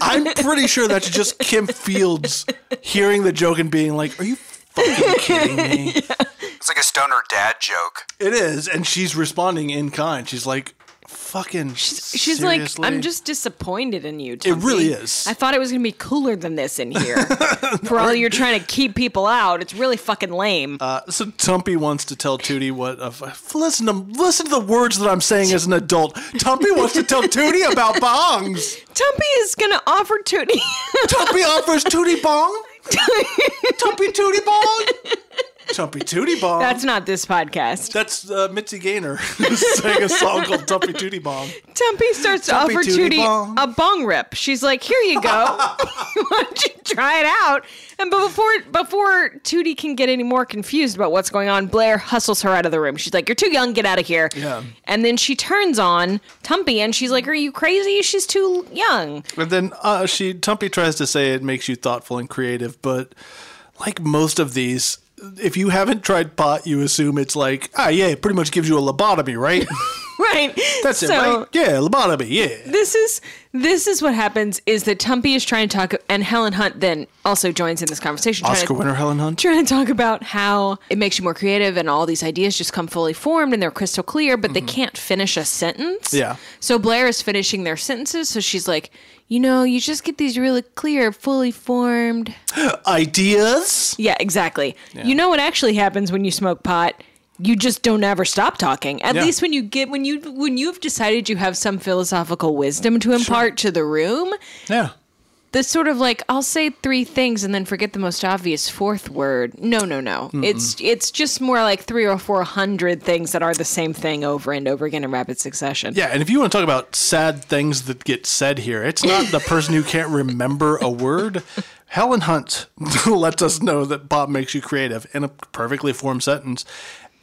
[SPEAKER 2] I'm pretty sure that's just Kim Fields hearing the joke and being like, "Are you fucking kidding me?"
[SPEAKER 5] It's like a stoner dad joke.
[SPEAKER 2] It is, and she's responding in kind. She's like, "Fucking."
[SPEAKER 1] She's
[SPEAKER 2] seriously?"
[SPEAKER 1] like, I'm just disappointed in you.
[SPEAKER 2] It really
[SPEAKER 1] Tumpy.
[SPEAKER 2] is.
[SPEAKER 1] I thought it was gonna be cooler than this in here. For all you're trying to keep people out, it's really fucking lame.
[SPEAKER 2] Uh, so Tumpy wants to tell Tootie what. A f- listen to listen to the words that I'm saying as an adult. Tumpy wants to tell Tootie about bongs.
[SPEAKER 1] Tumpy is gonna offer Tootie.
[SPEAKER 2] Tumpy offers Tootie bong. Tumpy Tootie bong. Tumpy Tootie bong.
[SPEAKER 1] That's not this podcast.
[SPEAKER 2] That's uh, Mitzi Gaynor sang a song called Tumpy Tootie Bong.
[SPEAKER 1] Tumpy starts to offer
[SPEAKER 2] Tootie
[SPEAKER 1] Tootie
[SPEAKER 2] bong.
[SPEAKER 1] a bong rip. She's like, "Here you go. Why don't you try it out?" And but before before Tootie can get any more confused about what's going on, Blair hustles her out of the room. She's like, "You're too young. Get out of here."
[SPEAKER 2] Yeah.
[SPEAKER 1] And then she turns on Tumpy, and she's like, "Are you crazy? She's too young."
[SPEAKER 2] And then uh, she Tumpy tries to say it makes you thoughtful and creative, but like most of these, if you haven't tried pot, you assume it's like ah yeah, it pretty much gives you a lobotomy, right?
[SPEAKER 1] right.
[SPEAKER 2] That's it,
[SPEAKER 1] so,
[SPEAKER 2] right? Yeah, lobotomy, yeah.
[SPEAKER 1] This is this is what happens is that Tumpy is trying to talk, and Helen Hunt then also joins in this conversation. trying
[SPEAKER 2] Oscar
[SPEAKER 1] to-
[SPEAKER 2] winner Helen Hunt.
[SPEAKER 1] Trying to talk about how it makes you more creative and all these ideas just come fully formed and they're crystal clear, but they can't finish a sentence.
[SPEAKER 2] Mm-hmm. Yeah.
[SPEAKER 1] So Blair is finishing their sentences. So she's like, you know, you just get these really clear, fully formed.
[SPEAKER 2] Ideas.
[SPEAKER 1] Yeah, exactly. You know what actually happens when you smoke pot? You just don't ever stop talking. At
[SPEAKER 2] Yeah.
[SPEAKER 1] least when you get when you when you've decided you have some philosophical wisdom to impart to the room,
[SPEAKER 2] Yeah.
[SPEAKER 1] this sort of like I'll say three things and then forget the most obvious fourth word. No, no, no. It's it's just more like three or four hundred things that are the same thing over and over again in rapid succession.
[SPEAKER 2] Yeah, and if you want to talk about sad things that get said here, it's not the person who can't remember a word. Helen Hunt lets us know that Bob makes you creative in a perfectly formed sentence.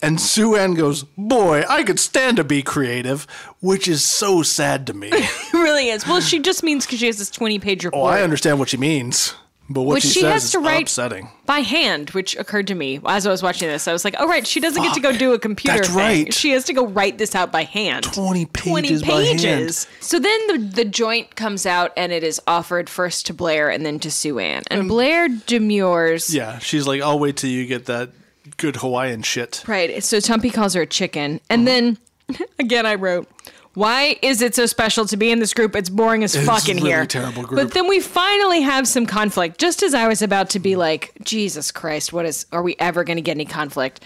[SPEAKER 2] And Sue Ann goes, Boy, I could stand to be creative, which is so sad to me.
[SPEAKER 1] It really is. Well, she just means because she has this twenty page report.
[SPEAKER 2] well, Oh, I understand what she means, but what
[SPEAKER 1] Which
[SPEAKER 2] she,
[SPEAKER 1] she
[SPEAKER 2] says
[SPEAKER 1] has
[SPEAKER 2] is
[SPEAKER 1] to write-
[SPEAKER 2] upsetting.
[SPEAKER 1] by hand, which occurred to me as I was watching this. I was like, "Oh right, she doesn't get to go do a computer
[SPEAKER 2] That's
[SPEAKER 1] thing.
[SPEAKER 2] right.
[SPEAKER 1] She has to go write this out by hand."
[SPEAKER 2] 20 pages by hand.
[SPEAKER 1] So then the the joint comes out and it is offered first to Blair and then to Sue Ann. And Blair demurs.
[SPEAKER 2] Um, Yeah, she's like, I'll wait till you get that good Hawaiian shit.
[SPEAKER 1] Right. So Tumpy calls her a chicken. And
[SPEAKER 2] Uh-huh.
[SPEAKER 1] then again I wrote why is it so special to be in this group? It's boring as fuck in
[SPEAKER 2] really
[SPEAKER 1] here.
[SPEAKER 2] terrible group.
[SPEAKER 1] But then we finally have some conflict. Just as I was about to be like, Jesus Christ, what is? Are we ever going to get any conflict?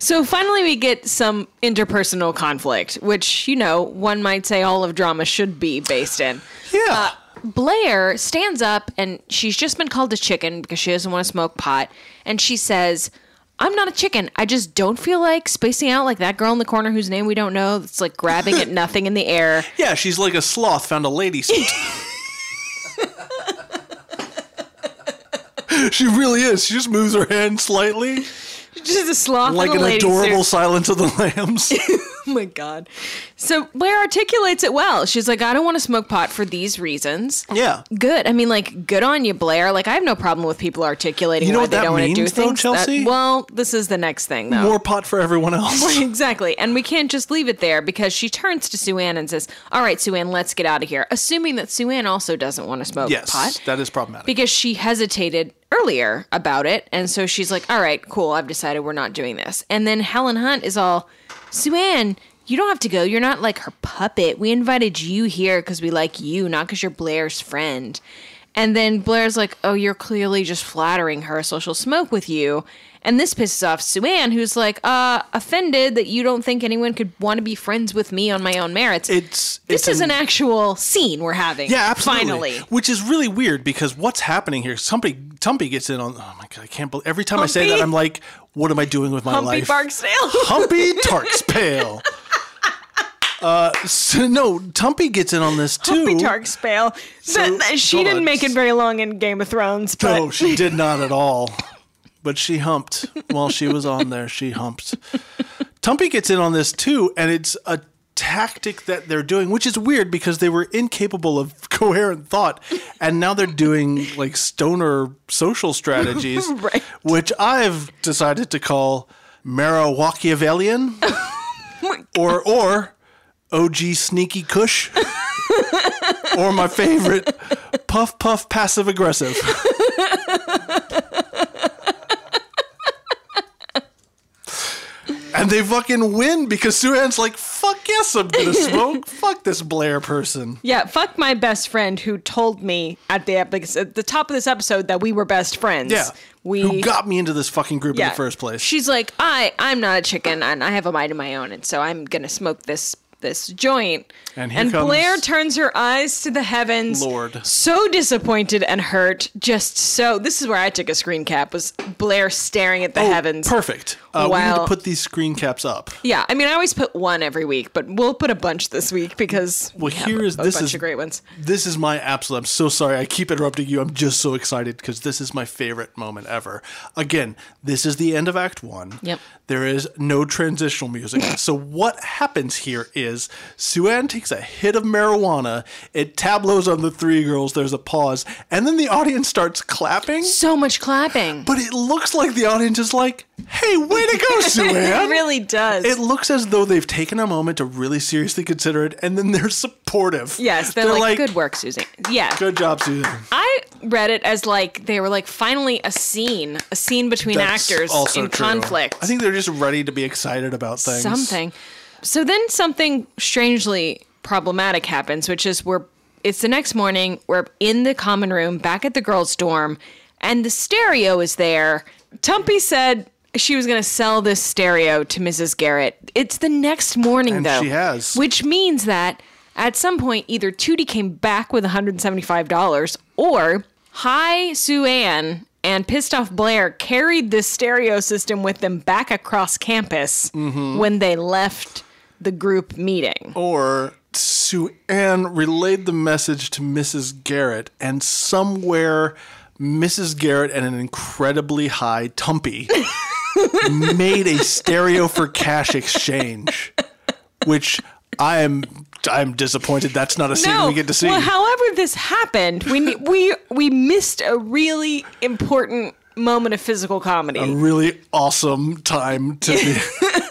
[SPEAKER 1] So finally, we get some interpersonal conflict, which you know one might say all of drama should be based in.
[SPEAKER 2] Yeah.
[SPEAKER 1] uh, Blair stands up and she's just been called a chicken because she doesn't want to smoke pot. And she says, I'm not a chicken. I just don't feel like spacing out like that girl in the corner whose name we don't know that's like grabbing at nothing in the air.
[SPEAKER 2] yeah, she's like a sloth found a lady seat. she really is. She just moves her hand slightly,
[SPEAKER 1] Just a sloth
[SPEAKER 2] like
[SPEAKER 1] in a
[SPEAKER 2] an
[SPEAKER 1] lady
[SPEAKER 2] adorable
[SPEAKER 1] suit.
[SPEAKER 2] Silence of the Lambs.
[SPEAKER 1] Oh my god. So Blair articulates it well. She's like, I don't want to smoke pot for these reasons.
[SPEAKER 2] yeah.
[SPEAKER 1] Good. I mean, like, good on you, Blair. Like, I have no problem with people articulating
[SPEAKER 2] You know
[SPEAKER 1] why
[SPEAKER 2] what
[SPEAKER 1] they
[SPEAKER 2] that
[SPEAKER 1] don't want to do
[SPEAKER 2] means, though,
[SPEAKER 1] things. That-
[SPEAKER 2] Chelsea?
[SPEAKER 1] well, this is the next thing, though.
[SPEAKER 2] More pot for everyone else.
[SPEAKER 1] Exactly. And we can't just leave it there because she turns to Sue Ann and says, All right, Sue Ann, let's get out of here. Assuming that Sue Ann also doesn't want to smoke
[SPEAKER 2] yes,
[SPEAKER 1] pot
[SPEAKER 2] that is problematic.
[SPEAKER 1] because she hesitated earlier about it. And so she's like, All right, cool. I've decided we're not doing this. And then Helen Hunt is all, Sue Ann, you don't have to go. You're not like her puppet. We invited you here because we like you, not because you're Blair's friend. And then Blair's like, Oh, you're clearly just flattering her, so she'll smoke with you. And this pisses off Sue Ann, who's like, uh, offended that you don't think anyone could want to be friends with me on my own merits.
[SPEAKER 2] It's-
[SPEAKER 1] this
[SPEAKER 2] it's
[SPEAKER 1] is
[SPEAKER 2] an-
[SPEAKER 1] an actual scene we're having.
[SPEAKER 2] Yeah, absolutely.
[SPEAKER 1] Finally.
[SPEAKER 2] Which is really weird because what's happening here? Somebody, Tumpy gets in on. Oh my god, I can't believe every time I say that,
[SPEAKER 1] Humpy?
[SPEAKER 2] I'm like, what am I doing with my
[SPEAKER 1] Humpy
[SPEAKER 2] life?
[SPEAKER 1] Barksdale.
[SPEAKER 2] Humpy Tark's pale. Uh, so, no, Tumpy gets in on this too.
[SPEAKER 1] Poppy Tark's pale. That- that- she
[SPEAKER 2] hold
[SPEAKER 1] didn't
[SPEAKER 2] on.
[SPEAKER 1] make it very long in Game of Thrones, but
[SPEAKER 2] No, she did not at all. But she humped while she was on there. She humped. Tumpy gets in on this too, and it's a tactic that they're doing, which is weird because they were incapable of coherent thought, and now they're doing like stoner social strategies,
[SPEAKER 1] Right.
[SPEAKER 2] which I've decided to call Marowachiavellian
[SPEAKER 1] Oh
[SPEAKER 2] or or OG sneaky cush. or my favorite, puff puff passive aggressive. and they fucking win because Sue Ann's like, fuck yes, I'm gonna smoke. fuck this Blair person.
[SPEAKER 1] yeah, fuck my best friend who told me at the ep- at the top of this episode that we were best friends.
[SPEAKER 2] Yeah.
[SPEAKER 1] we
[SPEAKER 2] Who got me into this fucking group in
[SPEAKER 1] yeah.
[SPEAKER 2] the first place.
[SPEAKER 1] She's like, I I'm not a chicken and I have a mind of my own, and so I'm gonna smoke this this joint.
[SPEAKER 2] And here
[SPEAKER 1] and
[SPEAKER 2] comes-
[SPEAKER 1] Blair turns her eyes to the heavens,
[SPEAKER 2] Lord.
[SPEAKER 1] so disappointed and hurt. Just so this is where I took a screen cap was Blair staring at the
[SPEAKER 2] Oh,
[SPEAKER 1] heavens.
[SPEAKER 2] Perfect. Uh, We need to
[SPEAKER 1] Wow.
[SPEAKER 2] put these screen caps up.
[SPEAKER 1] Yeah, I mean, I always put one every week, but we'll put a bunch this week because
[SPEAKER 2] Well, here is
[SPEAKER 1] a
[SPEAKER 2] this
[SPEAKER 1] bunch
[SPEAKER 2] is
[SPEAKER 1] of great ones.
[SPEAKER 2] This is my absolute. I'm so sorry. I keep interrupting you. I'm just so excited because this is my favorite moment ever. Again, this is the end of Act One.
[SPEAKER 1] Yep.
[SPEAKER 2] There is no transitional music. so what happens here is Sue Ann takes a hit of marijuana. It tableaus on the three girls. There's a pause, and then the audience starts clapping.
[SPEAKER 1] So much clapping.
[SPEAKER 2] But it looks like the audience is like, "Hey, way to go, Sue Ann!"
[SPEAKER 1] it really does.
[SPEAKER 2] It looks as though they've taken a moment to really seriously consider it, and then they're supportive.
[SPEAKER 1] yes, they're, like, good work, Susan. Yeah,
[SPEAKER 2] Good job, Susan.
[SPEAKER 1] I read it as like they were like finally a scene, a scene between
[SPEAKER 2] That's
[SPEAKER 1] actors
[SPEAKER 2] also
[SPEAKER 1] in
[SPEAKER 2] true.
[SPEAKER 1] conflict.
[SPEAKER 2] I think they're just ready to be excited about things.
[SPEAKER 1] something. So then something strangely problematic happens, which is we're it's the next morning, we're in the common room back at the girls' dorm, and the stereo is there. Tumpy said she was going to sell this stereo to Mrs. Garrett. It's the next morning,
[SPEAKER 2] And
[SPEAKER 1] though.
[SPEAKER 2] she has.
[SPEAKER 1] Which means that at some point, either Tootie came back with $175 or Hi Sue Ann and Pissed Off Blair carried this stereo system with them back across campus
[SPEAKER 2] Mm-hmm.
[SPEAKER 1] when they left the group meeting.
[SPEAKER 2] Oh, Or Sue Ann relayed the message to Mrs. Garrett, and somewhere Mrs. Garrett and an incredibly high Tumpy made a stereo for cash exchange, which I am. I'm disappointed. That's not a scene we get to see.
[SPEAKER 1] Well, however this happened, we we we missed a really important moment of physical comedy.
[SPEAKER 2] a really awesome time to be.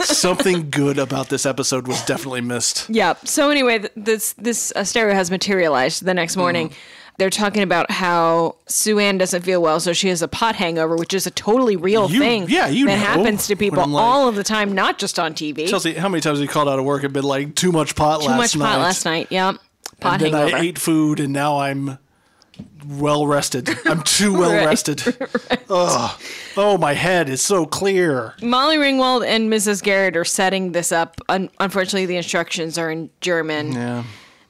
[SPEAKER 2] Something good about this episode was definitely missed.
[SPEAKER 1] Yeah. So anyway, th- this this uh, stereo has materialized the next morning.
[SPEAKER 2] Mm-hmm.
[SPEAKER 1] They're talking about how Sue Ann doesn't feel well, so she has a pot hangover, which is a totally real
[SPEAKER 2] You-
[SPEAKER 1] thing
[SPEAKER 2] yeah, you
[SPEAKER 1] that
[SPEAKER 2] know.
[SPEAKER 1] happens to people
[SPEAKER 2] When I'm like-
[SPEAKER 1] all of the time, not just on TV.
[SPEAKER 2] Chelsea, how many times have you called out of work and been like, too much pot
[SPEAKER 1] Too
[SPEAKER 2] last
[SPEAKER 1] much
[SPEAKER 2] night?
[SPEAKER 1] pot last night. Yeah. Pot
[SPEAKER 2] And then
[SPEAKER 1] hangover.
[SPEAKER 2] I ate food and now I'm well rested. I'm too well
[SPEAKER 1] Right,
[SPEAKER 2] rested. Ugh. Oh, my head is so clear.
[SPEAKER 1] Molly Ringwald and Mrs. Garrett are setting this up. Un- unfortunately, the instructions are in German.
[SPEAKER 2] Yeah.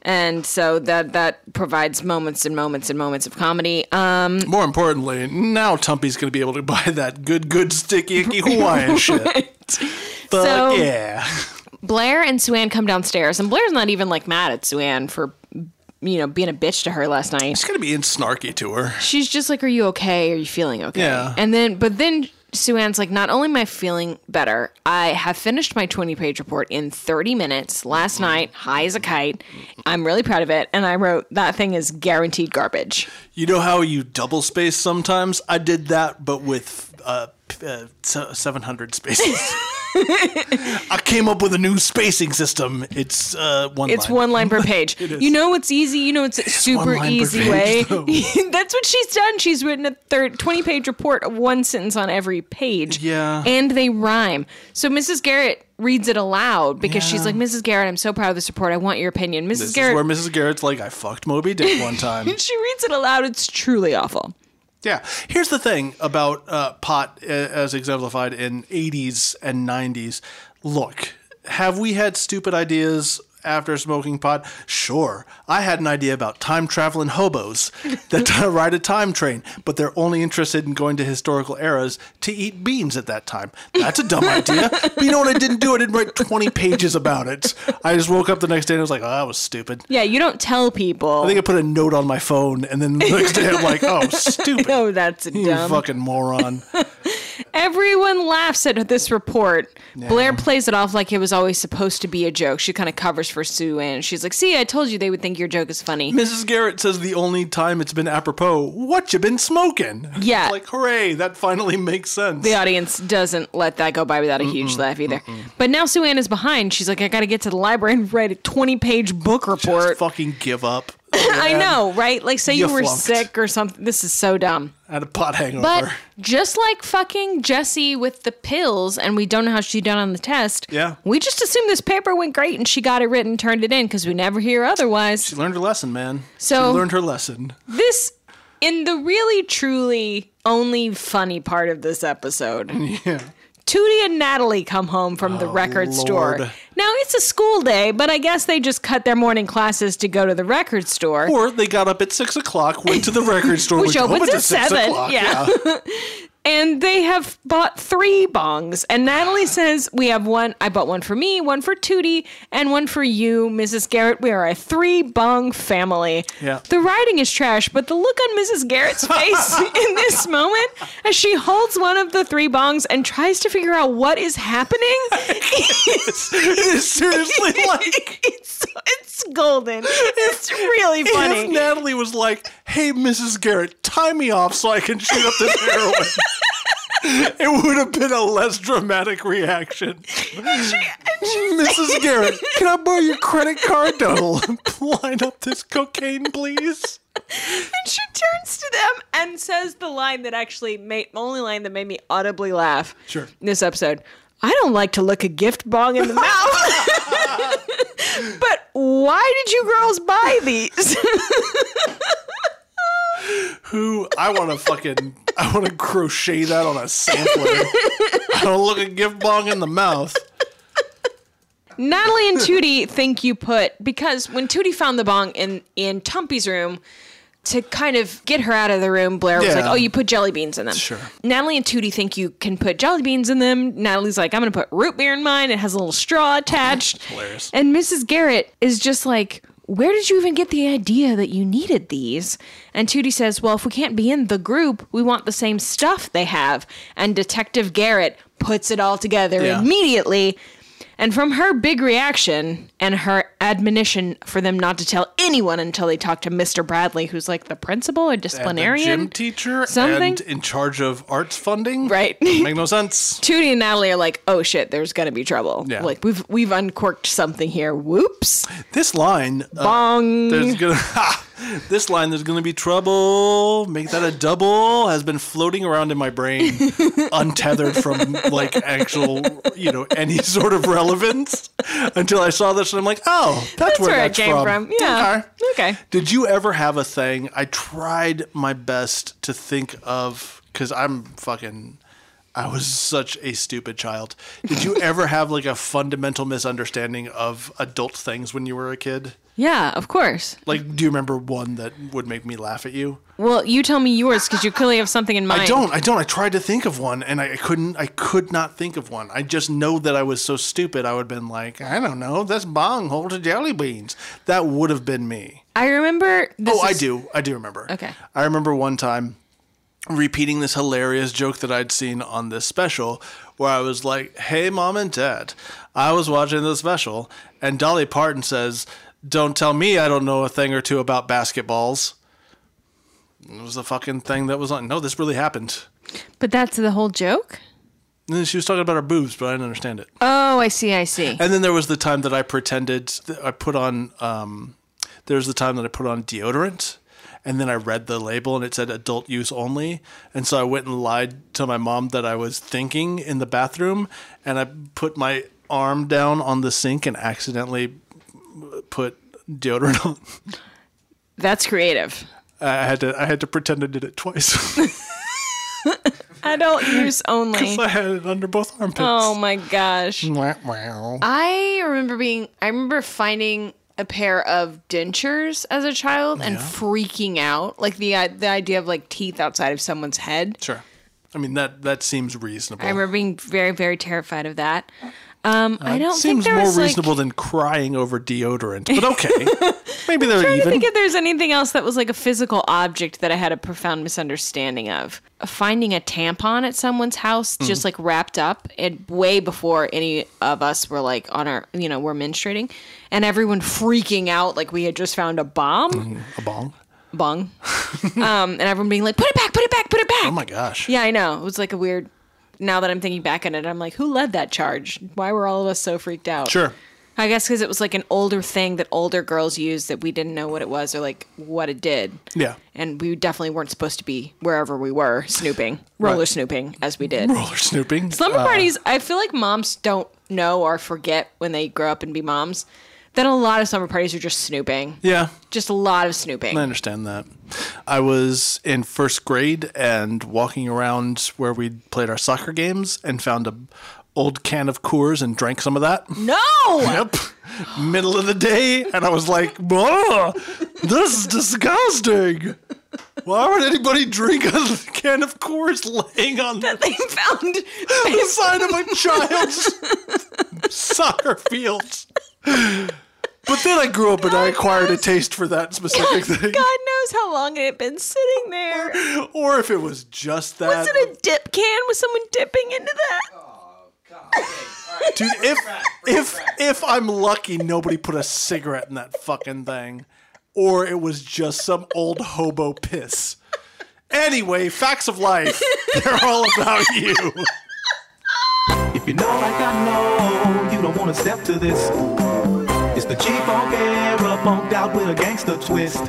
[SPEAKER 1] And so that that provides moments and moments and moments of comedy. Um,
[SPEAKER 2] More importantly, now Tumpy's going to be able to buy that good, good, sticky, icky Hawaiian shit. Fuck
[SPEAKER 1] So-
[SPEAKER 2] yeah.
[SPEAKER 1] Blair and Suann come downstairs, and Blair's not even like mad at Suann for you know, being a bitch to her last night.
[SPEAKER 2] It's gonna be in snarky to her.
[SPEAKER 1] she's just like, "Are you okay? Are you feeling okay?"
[SPEAKER 2] Yeah.
[SPEAKER 1] And then, but then Sue Ann's like, "Not only am I feeling better, I have finished my 20-page report in 30 minutes last night, high as a kite. I'm really proud of it." And I wrote, "That thing is guaranteed garbage."
[SPEAKER 2] You know how you double space sometimes? I did that, but with uh, p- uh, se- 700 spaces. I came up with a new spacing system. It's uh, one.
[SPEAKER 1] It's
[SPEAKER 2] line.
[SPEAKER 1] one line per page.
[SPEAKER 2] is.
[SPEAKER 1] you know what's easy? You know it's a super
[SPEAKER 2] one line per
[SPEAKER 1] easy
[SPEAKER 2] page,
[SPEAKER 1] way.
[SPEAKER 2] though.
[SPEAKER 1] That's what she's done. She's written a thir 20 page report of one sentence on every page.
[SPEAKER 2] Yeah.
[SPEAKER 1] And they rhyme. So Mrs. Garrett reads it aloud because she's
[SPEAKER 2] Yeah.
[SPEAKER 1] like, Mrs. Garrett, I'm so proud of this report. I want your opinion. Mrs.
[SPEAKER 2] This
[SPEAKER 1] Garrett.
[SPEAKER 2] is where Mrs. Garrett's like, I fucked Moby Dick one time.
[SPEAKER 1] she reads it aloud. It's truly awful.
[SPEAKER 2] yeah. Here's the thing about uh, pot uh, as exemplified in 80s and 90s. Look, have we had stupid ideas after smoking pot? Sure. I had an idea about time traveling hobos that ride a time train, but they're only interested in going to historical eras to eat beans at that time. That's a dumb idea. But you know what I didn't do? I didn't write 20 pages about it. I just woke up the next day and was like, oh, that was stupid.
[SPEAKER 1] Yeah, you don't tell people.
[SPEAKER 2] I think I put a note on my phone, and then the next day I'm like, "Oh, stupid!
[SPEAKER 1] no, that's
[SPEAKER 2] you
[SPEAKER 1] dumb.
[SPEAKER 2] fucking moron!"
[SPEAKER 1] Everyone laughs at this report. Blair plays it off like it was always supposed to be a joke. She kind of covers for Sue and she's like, "See, I told you they would think your joke is funny."
[SPEAKER 2] Mrs. Garrett says the only time it's been apropos, "What you been smoking?"
[SPEAKER 1] Yeah.
[SPEAKER 2] like hooray, that finally makes sense.
[SPEAKER 1] The audience doesn't let that go by without a huge laugh either. But now Sue Ann is behind. She's like, "I got to get to the library and write a 20-page book report."
[SPEAKER 2] Just fucking give up.
[SPEAKER 1] I know, right? Like say you,
[SPEAKER 2] You
[SPEAKER 1] were
[SPEAKER 2] flunked.
[SPEAKER 1] sick or something. This is so dumb.
[SPEAKER 2] Had a pot hangover.
[SPEAKER 1] But just like fucking Jesse with the pills, and we don't know how she done on the test.
[SPEAKER 2] Yeah.
[SPEAKER 1] We just assume this paper went great and she got it written, turned it in because we never hear otherwise.
[SPEAKER 2] she learned her lesson, man.
[SPEAKER 1] So-
[SPEAKER 2] she learned her lesson.
[SPEAKER 1] This, in the really truly only funny part of this episode,
[SPEAKER 2] Yeah, Oh,
[SPEAKER 1] Tootie and Natalie come home from the record store.
[SPEAKER 2] Lord.
[SPEAKER 1] Now it's a school day, but I guess they just cut their morning classes to go to the record store.
[SPEAKER 2] or they got up at six o'clock, went to the record store,
[SPEAKER 1] Which opens
[SPEAKER 2] opens
[SPEAKER 1] at seven, yeah. and they have bought three bongs. And Natalie says, We have one. I bought one for me, one for Tootie, and one for you, Mrs. Garrett. We are a three bong family.
[SPEAKER 2] Yeah.
[SPEAKER 1] The writing is trash, but the look on Mrs. Garrett's face in this moment as she holds one of the three bongs and tries to figure out what is happening.
[SPEAKER 2] It's seriously like.
[SPEAKER 1] it's, it's golden. It's really funny.
[SPEAKER 2] If Natalie was like, "Hey, Mrs. Garrett, tie me off so I can shoot up this heroin," it would have been a less dramatic reaction. Mrs. Garrett, can I borrow your credit card to line up this cocaine, please?
[SPEAKER 1] And she turns to them and says the line that actually made the only line that made me audibly laugh.
[SPEAKER 2] Sure.
[SPEAKER 1] in This episode. I don't like to look a gift bong in the mouth. but why did you girls buy these?
[SPEAKER 2] Who I want to fucking I want to crochet that on a sampler. I don't look a gift bong in the mouth.
[SPEAKER 1] Natalie and Tootie think you put because when Tootie found the bong in in Tumpy's room to kind of get her out of the room, Blair was
[SPEAKER 2] Yeah.
[SPEAKER 1] like, "Oh, you put jelly beans in them."
[SPEAKER 2] Sure.
[SPEAKER 1] Natalie and Tootie think you can put jelly beans in them. Natalie's like, "I'm going to put root beer in mine. It has a little straw attached."
[SPEAKER 2] Hilarious.
[SPEAKER 1] And Mrs. Garrett is just like. Where did you even get the idea that you needed these? And Tootie says, Well, if we can't be in the group, we want the same stuff they have. And Detective Garrett puts it all together
[SPEAKER 2] Yeah.
[SPEAKER 1] immediately and from her big reaction and her admonition for them not to tell anyone until they talk to Mr. Bradley, who's like the principal or
[SPEAKER 2] And the
[SPEAKER 1] disciplinarian.
[SPEAKER 2] gym teacher
[SPEAKER 1] something?
[SPEAKER 2] and in charge of arts funding.
[SPEAKER 1] Right.
[SPEAKER 2] Make no sense.
[SPEAKER 1] Tootie and Natalie are like, "Oh shit, there's gonna be trouble.
[SPEAKER 2] Yeah.
[SPEAKER 1] Like we've we've uncorked something here. Whoops,
[SPEAKER 2] This line uh,
[SPEAKER 1] bong."
[SPEAKER 2] There's gonna this line. There's gonna be trouble. Make that a double. Has been floating around in my brain, untethered from like actual, you know, any sort of relevance until I saw this and I'm like, oh, that's,
[SPEAKER 1] That's where it
[SPEAKER 2] that's
[SPEAKER 1] came from. Yeah.
[SPEAKER 2] Okay.
[SPEAKER 1] Okay.
[SPEAKER 2] Did you ever have a thing? I tried my best to think of because I'm fucking. I was such a stupid child. Did you ever have like a fundamental misunderstanding of adult things when you were a kid?
[SPEAKER 1] yeah, of course.
[SPEAKER 2] Like, do you remember one that would make me laugh at you?
[SPEAKER 1] Well, you tell me yours because you clearly have something in mind.
[SPEAKER 2] I don't. I don't. I tried to think of one, and I, I couldn't. I could not think of one. I just know that I was so stupid. I would have been like, I don't know. That's bong hold to jelly beans. That would have been me.
[SPEAKER 1] I remember. This
[SPEAKER 2] oh, I
[SPEAKER 1] is-
[SPEAKER 2] do. I do remember.
[SPEAKER 1] Okay.
[SPEAKER 2] I remember one time repeating this hilarious joke that I'd seen on this special where I was like, hey, mom and dad, I was watching this special, and Dolly Parton says, don't tell me I don't know a thing or two about basketballs. It was the fucking thing that was on. No, this really happened.
[SPEAKER 1] But that's the whole joke.
[SPEAKER 2] And then she was talking about her boobs, but I didn't understand it.
[SPEAKER 1] Oh, I see. I see.
[SPEAKER 2] And then there was the time that I pretended that I put on. Um, there was the time that I put on deodorant, and then I read the label and it said adult use only, and so I went and lied to my mom that I was thinking in the bathroom, and I put my arm down on the sink and accidentally put deodorant on.
[SPEAKER 1] That's creative.
[SPEAKER 2] I had to. I had to pretend I did it twice.
[SPEAKER 1] Adult use only.
[SPEAKER 2] I had it under both armpits.
[SPEAKER 1] Oh my gosh.
[SPEAKER 2] Wah, wah.
[SPEAKER 1] I remember being I remember finding a pair of dentures as a child and
[SPEAKER 2] Yeah.
[SPEAKER 1] freaking out like the i- the idea of like teeth outside of someone's head.
[SPEAKER 2] Sure. I mean that that seems reasonable.
[SPEAKER 1] I remember being very very terrified of that. Um, I don't think
[SPEAKER 2] Seems
[SPEAKER 1] there
[SPEAKER 2] more
[SPEAKER 1] was
[SPEAKER 2] reasonable
[SPEAKER 1] like
[SPEAKER 2] than crying over deodorant, but okay. Maybe they're
[SPEAKER 1] I
[SPEAKER 2] even.
[SPEAKER 1] think if there's anything else that was like a physical object that I had a profound misunderstanding of. Finding a tampon at someone's house
[SPEAKER 2] Hmm.
[SPEAKER 1] just like wrapped up and way before any of us were like on our you know, we're menstruating and everyone freaking out like we had just found a bomb.
[SPEAKER 2] A bong.
[SPEAKER 1] bong. um, and everyone being like, put it back, put it back, put it back.
[SPEAKER 2] Oh my gosh.
[SPEAKER 1] Yeah, I know. It was like a weird. Now that I'm thinking back on it, I'm like, who led that charge? Why were all of us so freaked out?
[SPEAKER 2] Sure.
[SPEAKER 1] I guess because it was like an older thing that older girls used that we didn't know what it was or like what it did.
[SPEAKER 2] Yeah.
[SPEAKER 1] And we definitely weren't supposed to be wherever we were snooping, roller
[SPEAKER 2] Right.
[SPEAKER 1] snooping as we did.
[SPEAKER 2] Roller snooping.
[SPEAKER 1] Slumber
[SPEAKER 2] Uh,
[SPEAKER 1] parties, I feel like moms don't know or forget when they grow up and be moms. Then a lot of slumber parties are just snooping.
[SPEAKER 2] Yeah.
[SPEAKER 1] Just a lot of snooping.
[SPEAKER 2] I understand that. I was in first grade and walking around where we played our soccer games and found a old can of Coors and drank some of that.
[SPEAKER 1] No!
[SPEAKER 2] Yep. Middle of the day, and I was like, "Ugh, "This is disgusting. Why would anybody drink a can of Coors laying on the
[SPEAKER 1] they found
[SPEAKER 2] the side of a child's soccer field. But then I grew up and I acquired a taste for that specific thing.
[SPEAKER 1] God knows how long it had been sitting there.
[SPEAKER 2] Or if it was just that.
[SPEAKER 1] Was it a dip can with someone dipping into that?
[SPEAKER 2] Dude, if if if I'm lucky, nobody put a cigarette in that fucking thing, or it was just some old hobo piss. Anyway, facts of life. They're all about you.
[SPEAKER 4] If you know like I know, you don't wanna step to this. It's the G-Funk era, funked out with a gangster twist.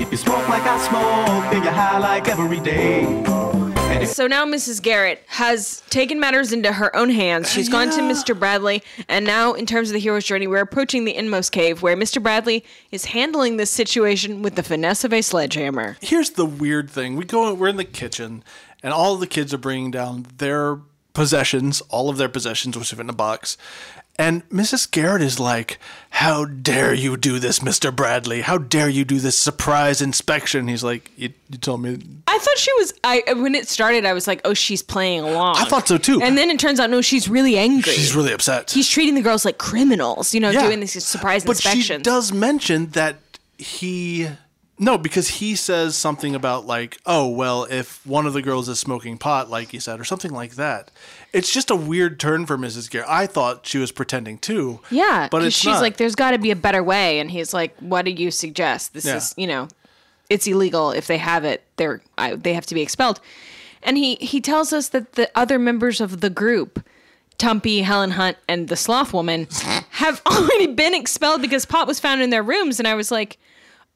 [SPEAKER 4] If you smoke like I smoke, then you're high like every day.
[SPEAKER 1] So now Mrs. Garrett has taken matters into her own hands. She's gone to Mr. Bradley, and now, in terms of the hero's journey, we're approaching the inmost cave where Mr. Bradley is handling this situation with the finesse of a sledgehammer.
[SPEAKER 2] here's the weird thing we go we're in the kitchen and all the kids are bringing down their possessions all of their possessions which are in a box and mrs garrett is like how dare you do this mr bradley how dare you do this surprise inspection he's like you, you told me
[SPEAKER 1] I thought she was. I when it started, I was like, "Oh, she's playing along."
[SPEAKER 2] I thought so, too.
[SPEAKER 1] And then it turns out, no, she's really angry.
[SPEAKER 2] she's really upset
[SPEAKER 1] he's treating the girls like criminals, you know,
[SPEAKER 2] Yeah.
[SPEAKER 1] doing these surprise
[SPEAKER 2] but she
[SPEAKER 1] inspections.
[SPEAKER 2] does mention that he no because he says something about like oh well if one of the girls is smoking pot like he said or something like that it's just a weird turn for mrs Gear. i thought she was pretending too
[SPEAKER 1] yeah,
[SPEAKER 2] but
[SPEAKER 1] 'cause
[SPEAKER 2] it's
[SPEAKER 1] she's
[SPEAKER 2] not.
[SPEAKER 1] like, "There's got to be a better way," and he's like, "What do you suggest? This
[SPEAKER 2] Yeah.
[SPEAKER 1] is, you know, it's illegal. If they have it, they're I, they have to be expelled." And he he tells us that the other members of the group. Tumpy, Helen Hunt, and the Sloth Woman have already been expelled because pot was found in their rooms. And I was like,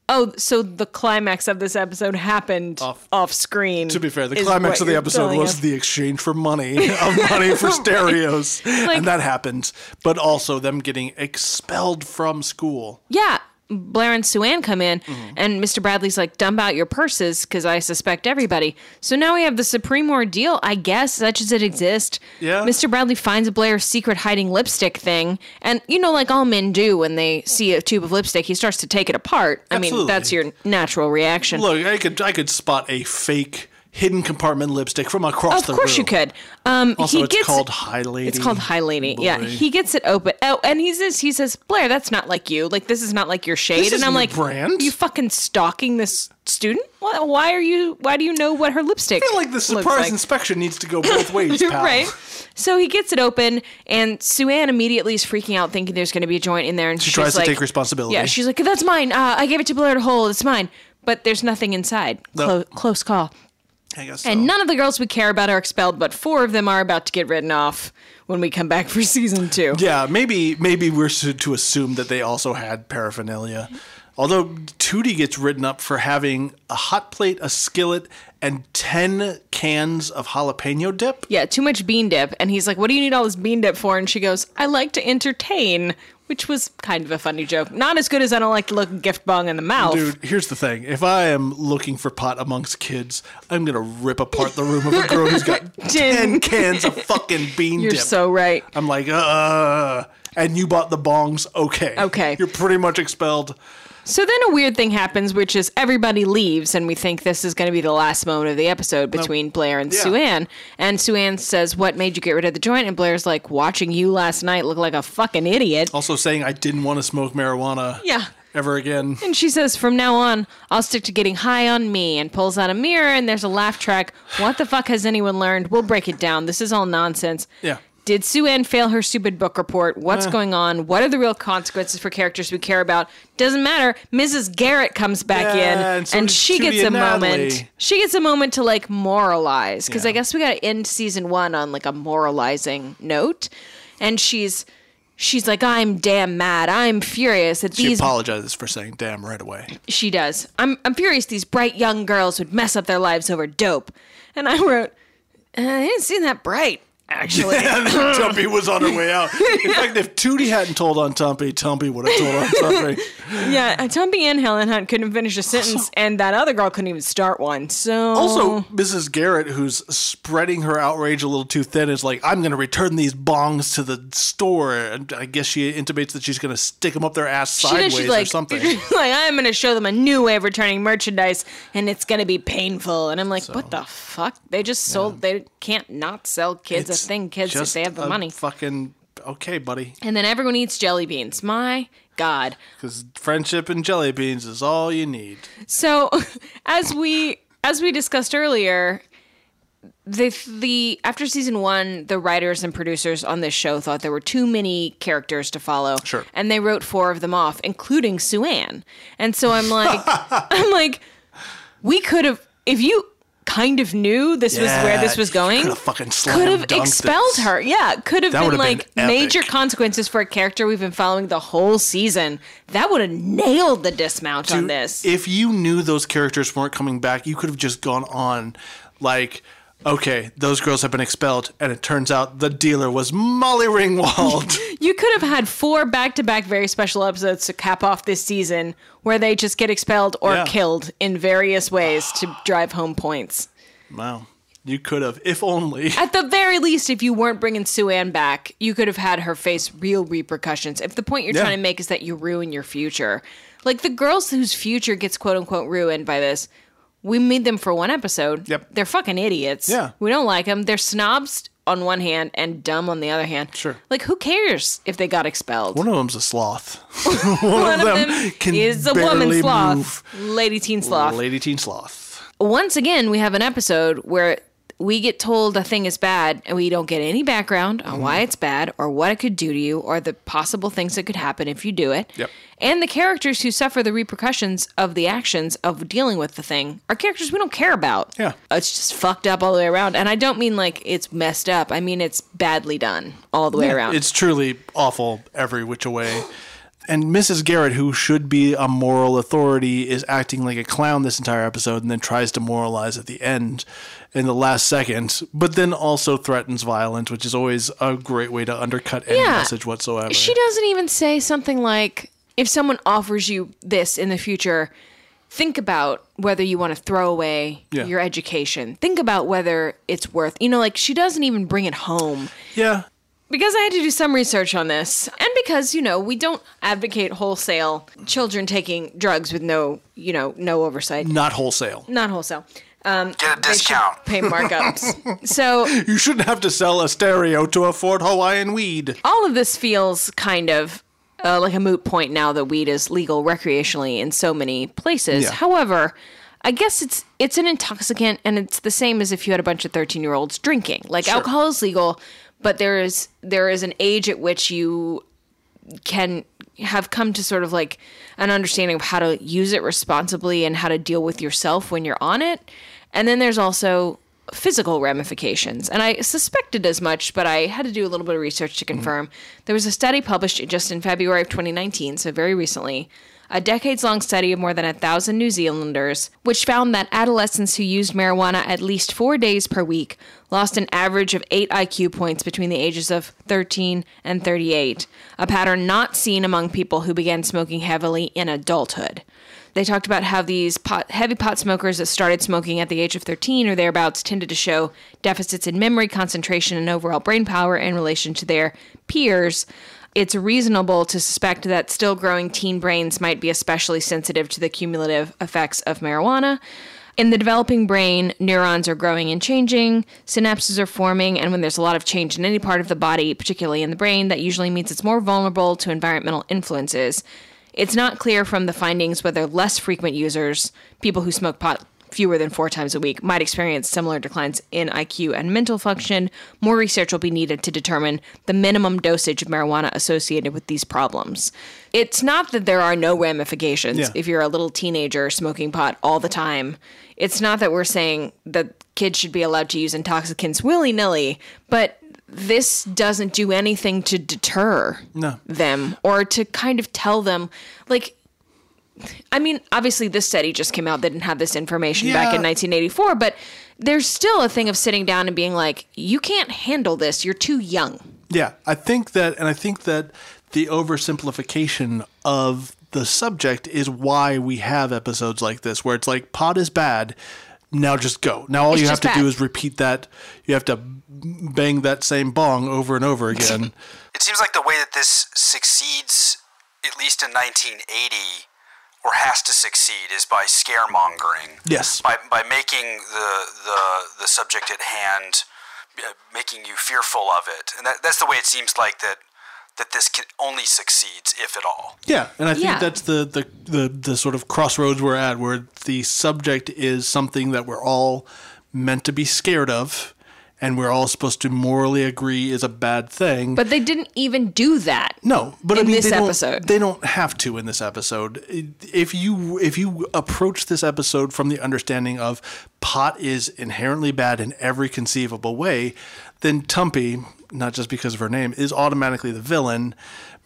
[SPEAKER 1] "Oh, so the climax of this episode happened off, screen."
[SPEAKER 2] to be fair the climax of the episode was the exchange for money of money for stereos and that happened but also them getting expelled from school
[SPEAKER 1] yeah blair and sue ann come in and mr bradley's like dump out your purses because i suspect everybody so now we have the supreme ordeal i guess such as it exists
[SPEAKER 2] Yeah.
[SPEAKER 1] mr bradley finds blair's secret hiding lipstick thing and you know like all men do when they see a tube of lipstick he starts to take it apart i mean
[SPEAKER 2] Absolutely.
[SPEAKER 1] that's your natural reaction
[SPEAKER 2] look i could i could spot a fake hidden compartment lipstick from across
[SPEAKER 1] Of
[SPEAKER 2] the
[SPEAKER 1] course you
[SPEAKER 2] room.
[SPEAKER 1] could. Um,
[SPEAKER 2] Also,
[SPEAKER 1] he
[SPEAKER 2] it's
[SPEAKER 1] gets
[SPEAKER 2] called High Lady.
[SPEAKER 1] It's called High Lady. Yeah,
[SPEAKER 2] Boy.
[SPEAKER 1] he gets it open. Oh, and he says, he says, Blair, that's not like you. Like this is not like your shade. and
[SPEAKER 2] isn't
[SPEAKER 1] I'm
[SPEAKER 2] your
[SPEAKER 1] like,
[SPEAKER 2] brand."
[SPEAKER 1] you fucking stalking this student? Why, why are you? Why do you know what her lipstick?
[SPEAKER 2] I feel like the
[SPEAKER 1] looks
[SPEAKER 2] surprise
[SPEAKER 1] like?
[SPEAKER 2] inspection needs to go both ways, pal.
[SPEAKER 1] right. So he gets it open, and Sue Ann immediately is freaking out, thinking there's going to be a joint in there. And she she's
[SPEAKER 2] tries to
[SPEAKER 1] like-
[SPEAKER 2] take responsibility.
[SPEAKER 1] Yeah, she's like, "That's mine. Uh, I gave it to Blair to hold. It's mine." But there's nothing inside.
[SPEAKER 2] No.
[SPEAKER 1] Clo- close call.
[SPEAKER 2] I guess
[SPEAKER 1] And
[SPEAKER 2] so.
[SPEAKER 1] none of the girls we care about are expelled, but four of them are about to get written off when we come back for season two.
[SPEAKER 2] Yeah, maybe maybe we're su- to assume that they also had paraphernalia. Although Tootie gets written up for having a hot plate, a skillet, and ten cans of jalapeno dip.
[SPEAKER 1] Yeah, too much bean dip. And he's like, What do you need all this bean dip for? And she goes, I like to entertain, which was kind of a funny joke. Not as good as I don't like to look gift bong in the mouth.
[SPEAKER 2] Dude, here's the thing: if I am looking for pot amongst kids, I'm gonna rip apart the room of a girl who's got
[SPEAKER 1] Ten.
[SPEAKER 2] ten cans of fucking bean
[SPEAKER 1] You're
[SPEAKER 2] dip.
[SPEAKER 1] so right.
[SPEAKER 2] I'm like, uh. And you bought the bongs, okay?
[SPEAKER 1] Okay.
[SPEAKER 2] You're pretty much expelled.
[SPEAKER 1] So then a weird thing happens, which is everybody leaves, and we think this is going to be the last moment of the episode between Blair and
[SPEAKER 2] Yeah.
[SPEAKER 1] Sue Ann. And Sue Ann says, What made you get rid of the joint? And Blair's like, Watching you last night look like a fucking idiot.
[SPEAKER 2] Also saying I didn't want to smoke marijuana.
[SPEAKER 1] Yeah.
[SPEAKER 2] Ever again.
[SPEAKER 1] And she says, From now on, I'll stick to getting high on me and pulls out a mirror and there's a laugh track. What the fuck has anyone learned? We'll break it down. This is all nonsense.
[SPEAKER 2] Yeah. Eh.
[SPEAKER 1] Did Sue Ann fail her stupid book report? What's going on? What are the real consequences for characters we care about? Doesn't matter. Mrs. Garrett comes back
[SPEAKER 2] Yeah,
[SPEAKER 1] in
[SPEAKER 2] and
[SPEAKER 1] and,
[SPEAKER 2] so does
[SPEAKER 1] she
[SPEAKER 2] Judy
[SPEAKER 1] gets a
[SPEAKER 2] and
[SPEAKER 1] moment.
[SPEAKER 2] Natalie.
[SPEAKER 1] She gets a moment to like moralize because
[SPEAKER 2] Yeah.
[SPEAKER 1] I guess we got to end season one on like a moralizing note. And she's. She's like, I'm damn mad. I'm furious at
[SPEAKER 2] She
[SPEAKER 1] these
[SPEAKER 2] apologizes for saying damn right away.
[SPEAKER 1] she does. I'm, I'm furious these bright young girls would mess up their lives over dope. And I wrote, uh, I didn't seem that bright, actually.
[SPEAKER 2] And Tumpy was on her way out. In fact, if Tootie hadn't told on Tumpy, Tumpy would have told on Tumpy.
[SPEAKER 1] yeah, Tumpy and Helen Hunt couldn't finish a sentence, and that other girl couldn't even start one. So.
[SPEAKER 2] Also, Mrs. Garrett, who's spreading her outrage a little too thin, is like, I'm going to return these bongs to the store. And I guess she intimates that she's going to stick them up their ass
[SPEAKER 1] She did,
[SPEAKER 2] sideways
[SPEAKER 1] she's like,
[SPEAKER 2] or something.
[SPEAKER 1] like, I'm going to show them a new way of returning merchandise, and it's going to be painful. And I'm like, what the fuck? They just sold, they can't not sell kids a thing, kids, if
[SPEAKER 2] just
[SPEAKER 1] they have the
[SPEAKER 2] a
[SPEAKER 1] money.
[SPEAKER 2] Fucking, okay, buddy.
[SPEAKER 1] and then everyone eats jelly beans. My God.
[SPEAKER 2] Because friendship and jelly beans is all you need.
[SPEAKER 1] So, as we as we discussed earlier, the the after season 1, the writers and producers on this show thought there were too many characters to follow.
[SPEAKER 2] Sure.
[SPEAKER 1] And they wrote four of them off, including Sue Ann. And so I'm like I'm like we could have if you kind of knew this was where this
[SPEAKER 2] Yeah,
[SPEAKER 1] was
[SPEAKER 2] you
[SPEAKER 1] going.
[SPEAKER 2] coulda fucking slam
[SPEAKER 1] Could have
[SPEAKER 2] dunked it.
[SPEAKER 1] expelled her. Yeah, could have
[SPEAKER 2] That
[SPEAKER 1] been
[SPEAKER 2] would've been
[SPEAKER 1] like major
[SPEAKER 2] epic.
[SPEAKER 1] consequences for a character we've been following the whole season. That would have nailed the dismount on
[SPEAKER 2] Dude,
[SPEAKER 1] this.
[SPEAKER 2] If you knew those characters weren't coming back, you could have just gone on like okay, those girls have been expelled and it turns out the dealer was Molly Ringwald.
[SPEAKER 1] You could have had four back to back very special episodes to cap off this season where they just get expelled or
[SPEAKER 2] Yeah.
[SPEAKER 1] killed in various ways to drive home points.
[SPEAKER 2] wow. You could have if only.
[SPEAKER 1] At the very least, if you weren't bringing Sue Ann back, you could have had her face real repercussions. If the point you're
[SPEAKER 2] Yeah.
[SPEAKER 1] trying to make is that you ruin your future, like the girls whose future gets quote unquote ruined by this, we made them for one episode.
[SPEAKER 2] Yep.
[SPEAKER 1] They're fucking idiots.
[SPEAKER 2] Yeah.
[SPEAKER 1] We don't like them. They're snobs on one hand and dumb on the other hand.
[SPEAKER 2] Sure.
[SPEAKER 1] Like, who cares if they got expelled?
[SPEAKER 2] One of them's a sloth.
[SPEAKER 1] One of
[SPEAKER 2] them
[SPEAKER 1] them,
[SPEAKER 2] can
[SPEAKER 1] is a woman
[SPEAKER 2] barely
[SPEAKER 1] sloth,
[SPEAKER 2] move.
[SPEAKER 1] lady teen sloth.
[SPEAKER 2] Lady Teen Sloth.
[SPEAKER 1] Once again, we have an episode where we get told a thing is bad and we don't get any background on
[SPEAKER 2] Mm.
[SPEAKER 1] why it's bad or what it could do to you or the possible things that could happen if you do it.
[SPEAKER 2] Yep.
[SPEAKER 1] And the characters who suffer the repercussions of the actions of dealing with the thing are characters we don't care about.
[SPEAKER 2] Yeah.
[SPEAKER 1] It's just fucked up all the way around. And I don't mean like it's messed up, I mean it's badly done all the way around.
[SPEAKER 2] It's truly awful every which way. And Mrs. Garrett, who should be a moral authority, is acting like a clown this entire episode and then tries to moralize at the end in the last second, but then also threatens violence, which is always a great way to undercut any
[SPEAKER 1] Yeah.
[SPEAKER 2] message whatsoever.
[SPEAKER 1] She doesn't even say something like, if someone offers you this in the future, think about whether you want to throw away
[SPEAKER 2] Yeah.
[SPEAKER 1] your education. Think about whether it's worth, you know, like she doesn't even bring it home.
[SPEAKER 2] yeah.
[SPEAKER 1] Because I had to do some research on this, and because, you know, we don't advocate wholesale children taking drugs with no, you know, no oversight.
[SPEAKER 2] Not wholesale.
[SPEAKER 1] Not wholesale.
[SPEAKER 5] Get a
[SPEAKER 1] They should
[SPEAKER 5] discount.
[SPEAKER 1] Pay markups. so
[SPEAKER 2] You shouldn't have to sell a stereo to afford Hawaiian weed.
[SPEAKER 1] all of this feels kind of uh, like a moot point now that weed is legal recreationally in so many places.
[SPEAKER 2] Yeah.
[SPEAKER 1] However, I guess it's it's an intoxicant, and it's the same as if you had a bunch of thirteen year olds drinking. Like alcohol is legal, but there is there is an age at which you can have come to sort of like an understanding of how to use it responsibly and how to deal with yourself when you're on it. And then there's also physical ramifications. And I suspected as much, but I had to do a little bit of research to confirm. There was a study published just in February of 2019, so very recently, a decades long study of more than a thousand New Zealanders, which found that adolescents who used marijuana at least four days per week lost an average of eight IQ points between the ages of 13 and 38, a pattern not seen among people who began smoking heavily in adulthood. They talked about how these pot, heavy pot smokers that started smoking at the age of 13 or thereabouts tended to show deficits in memory, concentration, and overall brain power in relation to their peers. It's reasonable to suspect that still growing teen brains might be especially sensitive to the cumulative effects of marijuana. In the developing brain, neurons are growing and changing, synapses are forming, and when there's a lot of change in any part of the body, particularly in the brain, that usually means it's more vulnerable to environmental influences. It's not clear from the findings whether less frequent users, people who smoke pot fewer than four times a week, might experience similar declines in IQ and mental function. More research will be needed to determine the minimum dosage of marijuana associated with these problems. It's not that there are no ramifications
[SPEAKER 2] Yeah.
[SPEAKER 1] if you're a little teenager smoking pot all the time. It's not that we're saying that kids should be allowed to use intoxicants willy nilly, but this doesn't do anything to deter
[SPEAKER 2] No.
[SPEAKER 1] them or to kind of tell them like I mean, obviously this study just came out. They didn't have this information back in
[SPEAKER 2] Yeah.
[SPEAKER 1] 1984, but there's still a thing of sitting down and being like, "You can't handle this. You're too young."
[SPEAKER 2] Yeah, I think that, and I think that the oversimplification of the subject is why we have episodes like this, where it's like pot is bad. Now just go. Now all
[SPEAKER 1] It's
[SPEAKER 2] you have
[SPEAKER 1] just
[SPEAKER 2] to
[SPEAKER 1] bad.
[SPEAKER 2] do is repeat that. You have to bang that same bong over and over again.
[SPEAKER 5] It seems like the way that this succeeds, at least in 1980, or has to succeed, is by scaremongering.
[SPEAKER 2] Yes.
[SPEAKER 5] By, by making the, the, the subject at hand, uh, making you fearful of it. And that, that's the way it seems like that, that this can only succeeds, if at all.
[SPEAKER 2] Yeah, and I think
[SPEAKER 1] Yeah.
[SPEAKER 2] that's the, the the the sort of crossroads we're at, where the subject is something that we're all meant to be scared of, and we're all supposed to morally agree is a bad thing.
[SPEAKER 1] But they didn't even do that.
[SPEAKER 2] no, but I
[SPEAKER 1] in
[SPEAKER 2] mean,
[SPEAKER 1] this
[SPEAKER 2] they don't,
[SPEAKER 1] episode.
[SPEAKER 2] they don't have to in this episode. If you if you approach this episode from the understanding of pot is inherently bad in every conceivable way, then Tumpy, not just because of her name, is automatically the villain.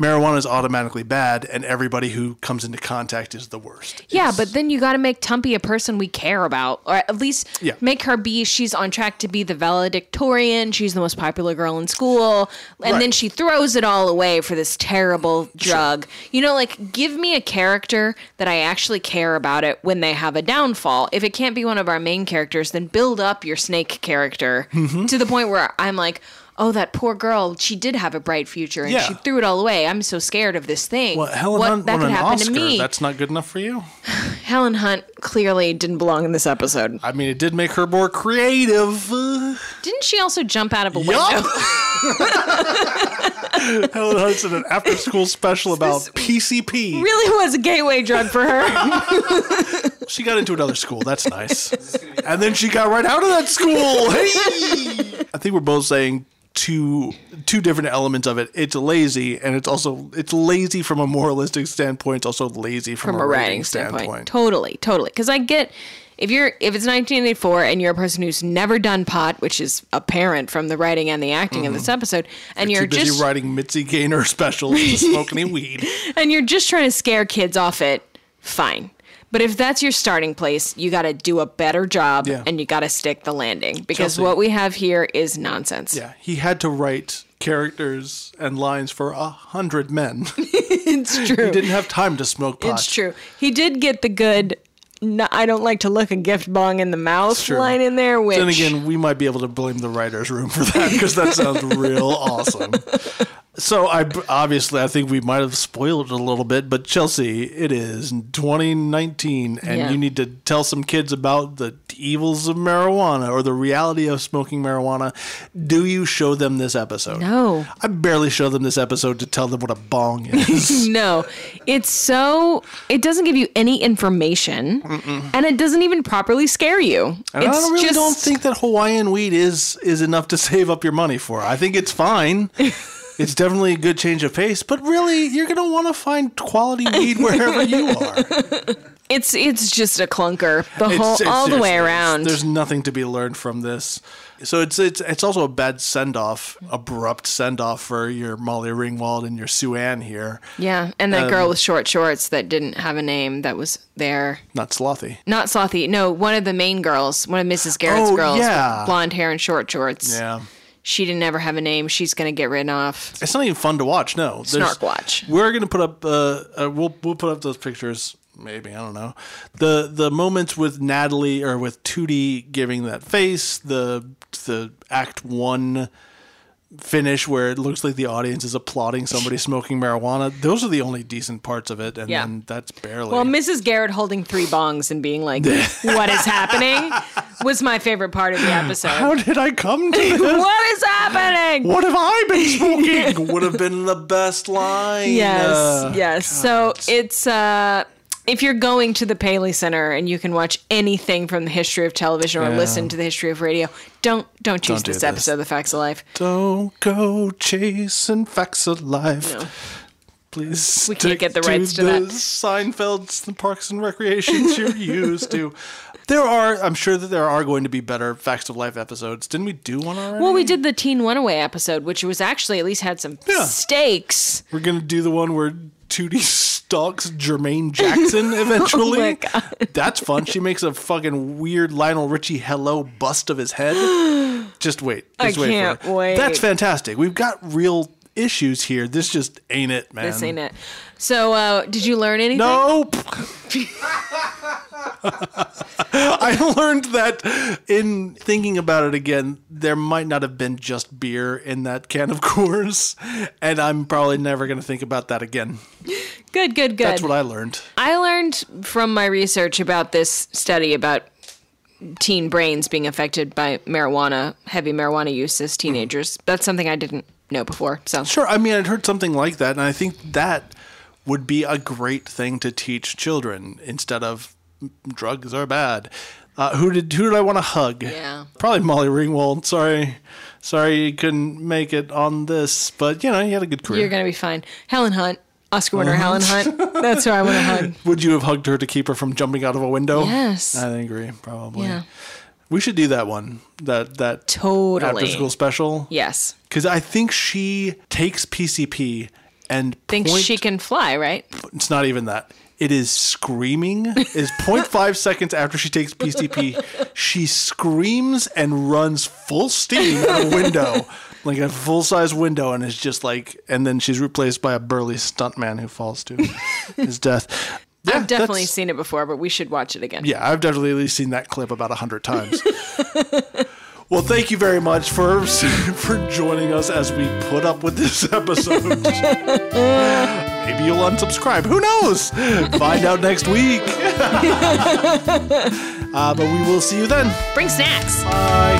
[SPEAKER 2] Marijuana is automatically bad, and everybody who comes into contact is the worst.
[SPEAKER 1] Yeah, but then you got to make Tumpy a person we care about, or at least
[SPEAKER 2] Yeah.
[SPEAKER 1] make her be. She's on track to be the valedictorian. She's the most popular girl in school, and
[SPEAKER 2] Right.
[SPEAKER 1] then she throws it all away for this terrible drug. You know, like give me a character that I actually care about it when they have a downfall. If it can't be one of our main characters, then build up your snake character
[SPEAKER 2] Mm-hmm.
[SPEAKER 1] to the point where I'm like. Oh, that poor girl! She did have a bright future, and
[SPEAKER 2] Yeah.
[SPEAKER 1] she threw it all away. I'm so scared of this thing.
[SPEAKER 2] Well, hell,
[SPEAKER 1] What-
[SPEAKER 2] on,
[SPEAKER 1] that
[SPEAKER 2] on
[SPEAKER 1] could
[SPEAKER 2] an
[SPEAKER 1] happen
[SPEAKER 2] Oscar,
[SPEAKER 1] to me.
[SPEAKER 2] that's not good enough for you.
[SPEAKER 1] Helen Hunt clearly didn't belong in this episode.
[SPEAKER 2] I mean, it did make her more creative. Uh,
[SPEAKER 1] Didn't she also jump out of a
[SPEAKER 2] yup.
[SPEAKER 1] window?
[SPEAKER 2] Helen Hudson, an after-school special about PCP.
[SPEAKER 1] really was a gateway drug for her.
[SPEAKER 2] She got into another school. That's nice. and then she got right out of that school. Hey! I think we're both saying two two different elements of it. It's lazy, and it's also it's lazy from a moralistic standpoint. It's also lazy from,
[SPEAKER 1] From
[SPEAKER 2] a,
[SPEAKER 1] a
[SPEAKER 2] writing,
[SPEAKER 1] writing standpoint.
[SPEAKER 2] standpoint.
[SPEAKER 1] Totally, totally. Because I get if you're if it's 1984 and you're a person who's never done pot, which is apparent from the writing and the acting of this episode, and you're,
[SPEAKER 2] Mm-hmm. Too busy
[SPEAKER 1] just
[SPEAKER 2] writing Mitzi Gaynor specials to smoke any weed.
[SPEAKER 1] and you're just trying to scare kids off it, fine. But if that's your starting place, you got to do a better job
[SPEAKER 2] Yeah.
[SPEAKER 1] and you got to stick the landing because
[SPEAKER 2] Chelsea.
[SPEAKER 1] what we have here is nonsense.
[SPEAKER 2] Yeah, he had to write characters and lines for a hundred men. he
[SPEAKER 1] It's true.
[SPEAKER 2] didn't have time to smoke pot.
[SPEAKER 1] It's true. He did get the good. No, I don't like to look a gift bong in the mouth
[SPEAKER 2] Sure.
[SPEAKER 1] line in there. Which
[SPEAKER 2] Then again, we might be able to blame the writers' room for that because that sounds real awesome. So I obviously I think we might have spoiled it a little bit, but Chelsea, it is 2019, and
[SPEAKER 1] Yeah.
[SPEAKER 2] you need to tell some kids about the evils of marijuana or the reality of smoking marijuana. Do you show them this episode?
[SPEAKER 1] No.
[SPEAKER 2] I barely show them this episode to tell them what a bong is.
[SPEAKER 1] No, it's so it doesn't give you any information, and it doesn't even properly scare you.
[SPEAKER 2] And I
[SPEAKER 1] it's
[SPEAKER 2] don't really don't think that Hawaiian weed is is enough to save up your money for. I think it's fine. it's definitely a good change of pace, but really, you're gonna want to find quality weed wherever you are.
[SPEAKER 1] it's it's just a clunker the
[SPEAKER 2] It's-
[SPEAKER 1] whole
[SPEAKER 2] it's-
[SPEAKER 1] all the
[SPEAKER 2] there's-
[SPEAKER 1] way
[SPEAKER 2] there's-
[SPEAKER 1] around.
[SPEAKER 2] There's nothing to be learned from this. So it's it's it's also a bad send off, abrupt send off for your Molly Ringwald and your Sue Ann here.
[SPEAKER 1] yeah, and
[SPEAKER 2] Um,
[SPEAKER 1] that girl with short shorts that didn't have a name that was there.
[SPEAKER 2] Not slothy.
[SPEAKER 1] Not Slothy. No, one of the main girls, one of Mrs. Garrett's
[SPEAKER 2] Oh,
[SPEAKER 1] girls,
[SPEAKER 2] yeah.
[SPEAKER 1] with blonde hair and short shorts.
[SPEAKER 2] Yeah.
[SPEAKER 1] She didn't ever have a name. She's gonna get written off.
[SPEAKER 2] It's not even fun to watch. No, There's-
[SPEAKER 1] Snark watch.
[SPEAKER 2] We're gonna put up. Uh, uh, we'll we'll put up those pictures. Maybe I don't know. The the moments with Natalie or with Tootie giving that face. The the Act One finish where it looks like the audience is applauding somebody smoking marijuana. Those are the only decent parts of it, and
[SPEAKER 1] Yeah.
[SPEAKER 2] then that's barely.
[SPEAKER 1] Well, Mrs. Garrett holding three bongs and being like, "What is happening?" was my favorite part of the episode.
[SPEAKER 2] How did I come to this?
[SPEAKER 1] what is happening?
[SPEAKER 2] what have I been smoking? Would have been the best line.
[SPEAKER 1] Yes,
[SPEAKER 2] Uh,
[SPEAKER 1] yes. So it's uh, if you're going to the Paley Center and you can watch anything from the history of television or
[SPEAKER 2] Yeah.
[SPEAKER 1] listen to the history of radio, don't don't choose
[SPEAKER 2] Don't do
[SPEAKER 1] this,
[SPEAKER 2] this.
[SPEAKER 1] episode of The Facts of Life.
[SPEAKER 2] Don't go chasing facts of life. Please, we
[SPEAKER 1] can't get the rights to
[SPEAKER 2] the
[SPEAKER 1] that.
[SPEAKER 2] Seinfeld's, the Parks and Recreations you're used to. There are, I'm sure that there are going to be better facts of life episodes. Didn't we do one already?
[SPEAKER 1] Well, we did the Teen Runaway episode, which was actually at least had some
[SPEAKER 2] Yeah.
[SPEAKER 1] stakes.
[SPEAKER 2] We're gonna do the one where Tootie stalks Jermaine Jackson eventually.
[SPEAKER 1] Oh my God.
[SPEAKER 2] That's fun. She makes a fucking weird Lionel Richie hello bust of his head. Just wait.
[SPEAKER 1] I
[SPEAKER 2] Just wait for
[SPEAKER 1] can't
[SPEAKER 2] it.
[SPEAKER 1] wait.
[SPEAKER 2] That's fantastic. We've got real issues here. This just ain't it, man.
[SPEAKER 1] This ain't it. So, uh, did you learn anything?
[SPEAKER 2] Nope. I learned that in thinking about it again, there might not have been just beer in that can of Coors, and I'm probably never going to think about that again.
[SPEAKER 1] Good, good, good.
[SPEAKER 2] That's what I learned.
[SPEAKER 1] I learned from my research about this study about teen brains being affected by marijuana, heavy marijuana use as teenagers. That's something I didn't know before. So
[SPEAKER 2] Sure, I mean, I'd heard something like that, and I think that would be a great thing to teach children instead of "Mm, drugs are bad. Uh, who did who did I want to hug?
[SPEAKER 1] Yeah.
[SPEAKER 2] probably Molly Ringwald. Sorry, sorry you couldn't make it on this, but you know you had a good career.
[SPEAKER 1] you're going to be fine. Helen Hunt, Oscar winner Helen Hunt. That's who I want to hug.
[SPEAKER 2] Would you have hugged her to keep her from jumping out of a window?
[SPEAKER 1] Yes.
[SPEAKER 2] I agree. Probably.
[SPEAKER 1] Yeah.
[SPEAKER 2] We should do that one. That that
[SPEAKER 1] Totally.
[SPEAKER 2] after school special.
[SPEAKER 1] Yes.
[SPEAKER 2] Because I think she takes PCP and
[SPEAKER 1] Thinks
[SPEAKER 2] point-
[SPEAKER 1] she can fly, right?
[SPEAKER 2] It's not even that. It is screaming. Is 0.5 seconds after she takes PCP, she screams and runs full steam at a window, like a full size window, and is just like. And then she's replaced by a burly stuntman who falls to his death. Yeah,
[SPEAKER 1] I've definitely
[SPEAKER 2] Ah, that's-
[SPEAKER 1] seen it before, but we should watch it again.
[SPEAKER 2] yeah, I've definitely at least seen that clip about a hundred times. well, thank you very much for for joining us as we put up with this episode. Maybe you'll unsubscribe. Who knows? Find out next week. uh, but we will see you then.
[SPEAKER 1] Bring snacks.
[SPEAKER 2] Bye.